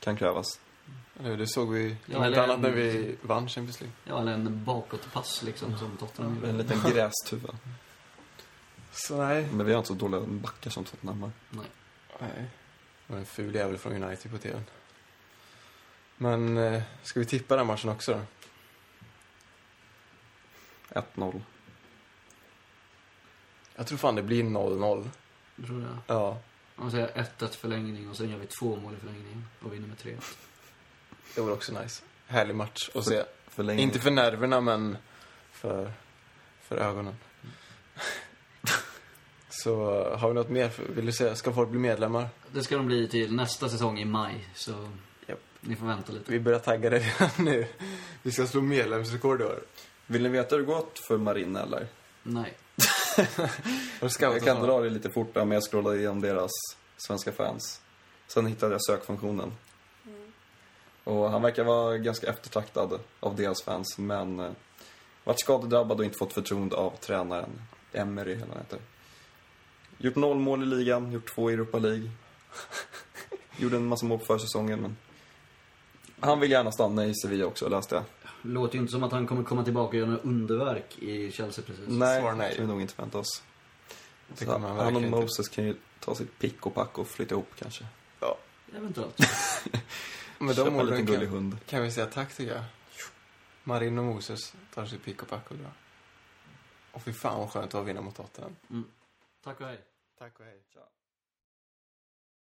S4: kan krävas.
S2: Eller hur? Det såg vi
S3: Ja,
S2: om inte
S3: eller-
S2: annat när vi vann Champions League.
S3: Ja, eller en bakåtpass liksom som Tottenham gjorde.
S4: En liten grästuva.
S2: Så nej.
S4: (laughs) Men vi har inte så dåliga backar som Tottenham har.
S3: Nej.
S2: Nej. Det var en ful jävel från United på tvn. Men eh, ska vi tippa den matchen också då?
S4: 1-0.
S2: Jag tror fan det blir 0-0.
S3: Jag tror det.
S2: Ja.
S3: Man säger 1-1 förlängning och sen gör vi två mål i förlängningen och vinner med 3
S2: Det vore också nice. Härlig match att se.
S4: Förlängning.
S2: Inte för nerverna, men för, för (laughs) ögonen. Så eh, har vi något mer? Vill du säga? Ska folk bli medlemmar?
S3: Det ska de bli till nästa säsong i maj, så
S2: Japp.
S3: ni får vänta lite.
S2: Vi börjar tagga det redan nu. Vi ska slå medlemsrekord i år.
S4: Vill ni veta hur det gått för Marina eller?
S3: Nej.
S2: Och
S4: Jag kan dra det lite fort, men jag scrollade igenom deras svenska fans. Sen hittade jag sökfunktionen. Och han verkar vara ganska eftertraktad av deras fans, men eh, varit skadedrabbad och inte fått förtroende av tränaren. Emery, eller vad han heter. Gjort noll mål i ligan, gjort två i Europa League. (laughs) Gjorde en massa mål på försäsongen, men... Han vill gärna stanna i Sevilla också, läste jag.
S3: Låter ju inte som att han kommer komma tillbaka och göra några underverk i Chelsea precis.
S4: Nej,
S2: svar
S4: det
S2: nej.
S4: kan vi nog inte vänta oss.
S2: Det
S4: Så
S2: kommer han
S4: han och
S2: verkligen inte.
S4: Moses kan ju ta sitt pick och pack och flytta ihop kanske.
S2: Ja.
S3: Eventuellt.
S2: Med
S4: Köpa
S2: de
S4: en liten
S2: orden
S4: gullig
S2: kan,
S4: hund.
S2: kan vi säga tack tycker jag. Marin och Moses tar sitt pick och pack och drar. Och fy fan vad skönt det var att vinna mot Tottenham.
S3: Tack och hej.
S2: Tack och hej.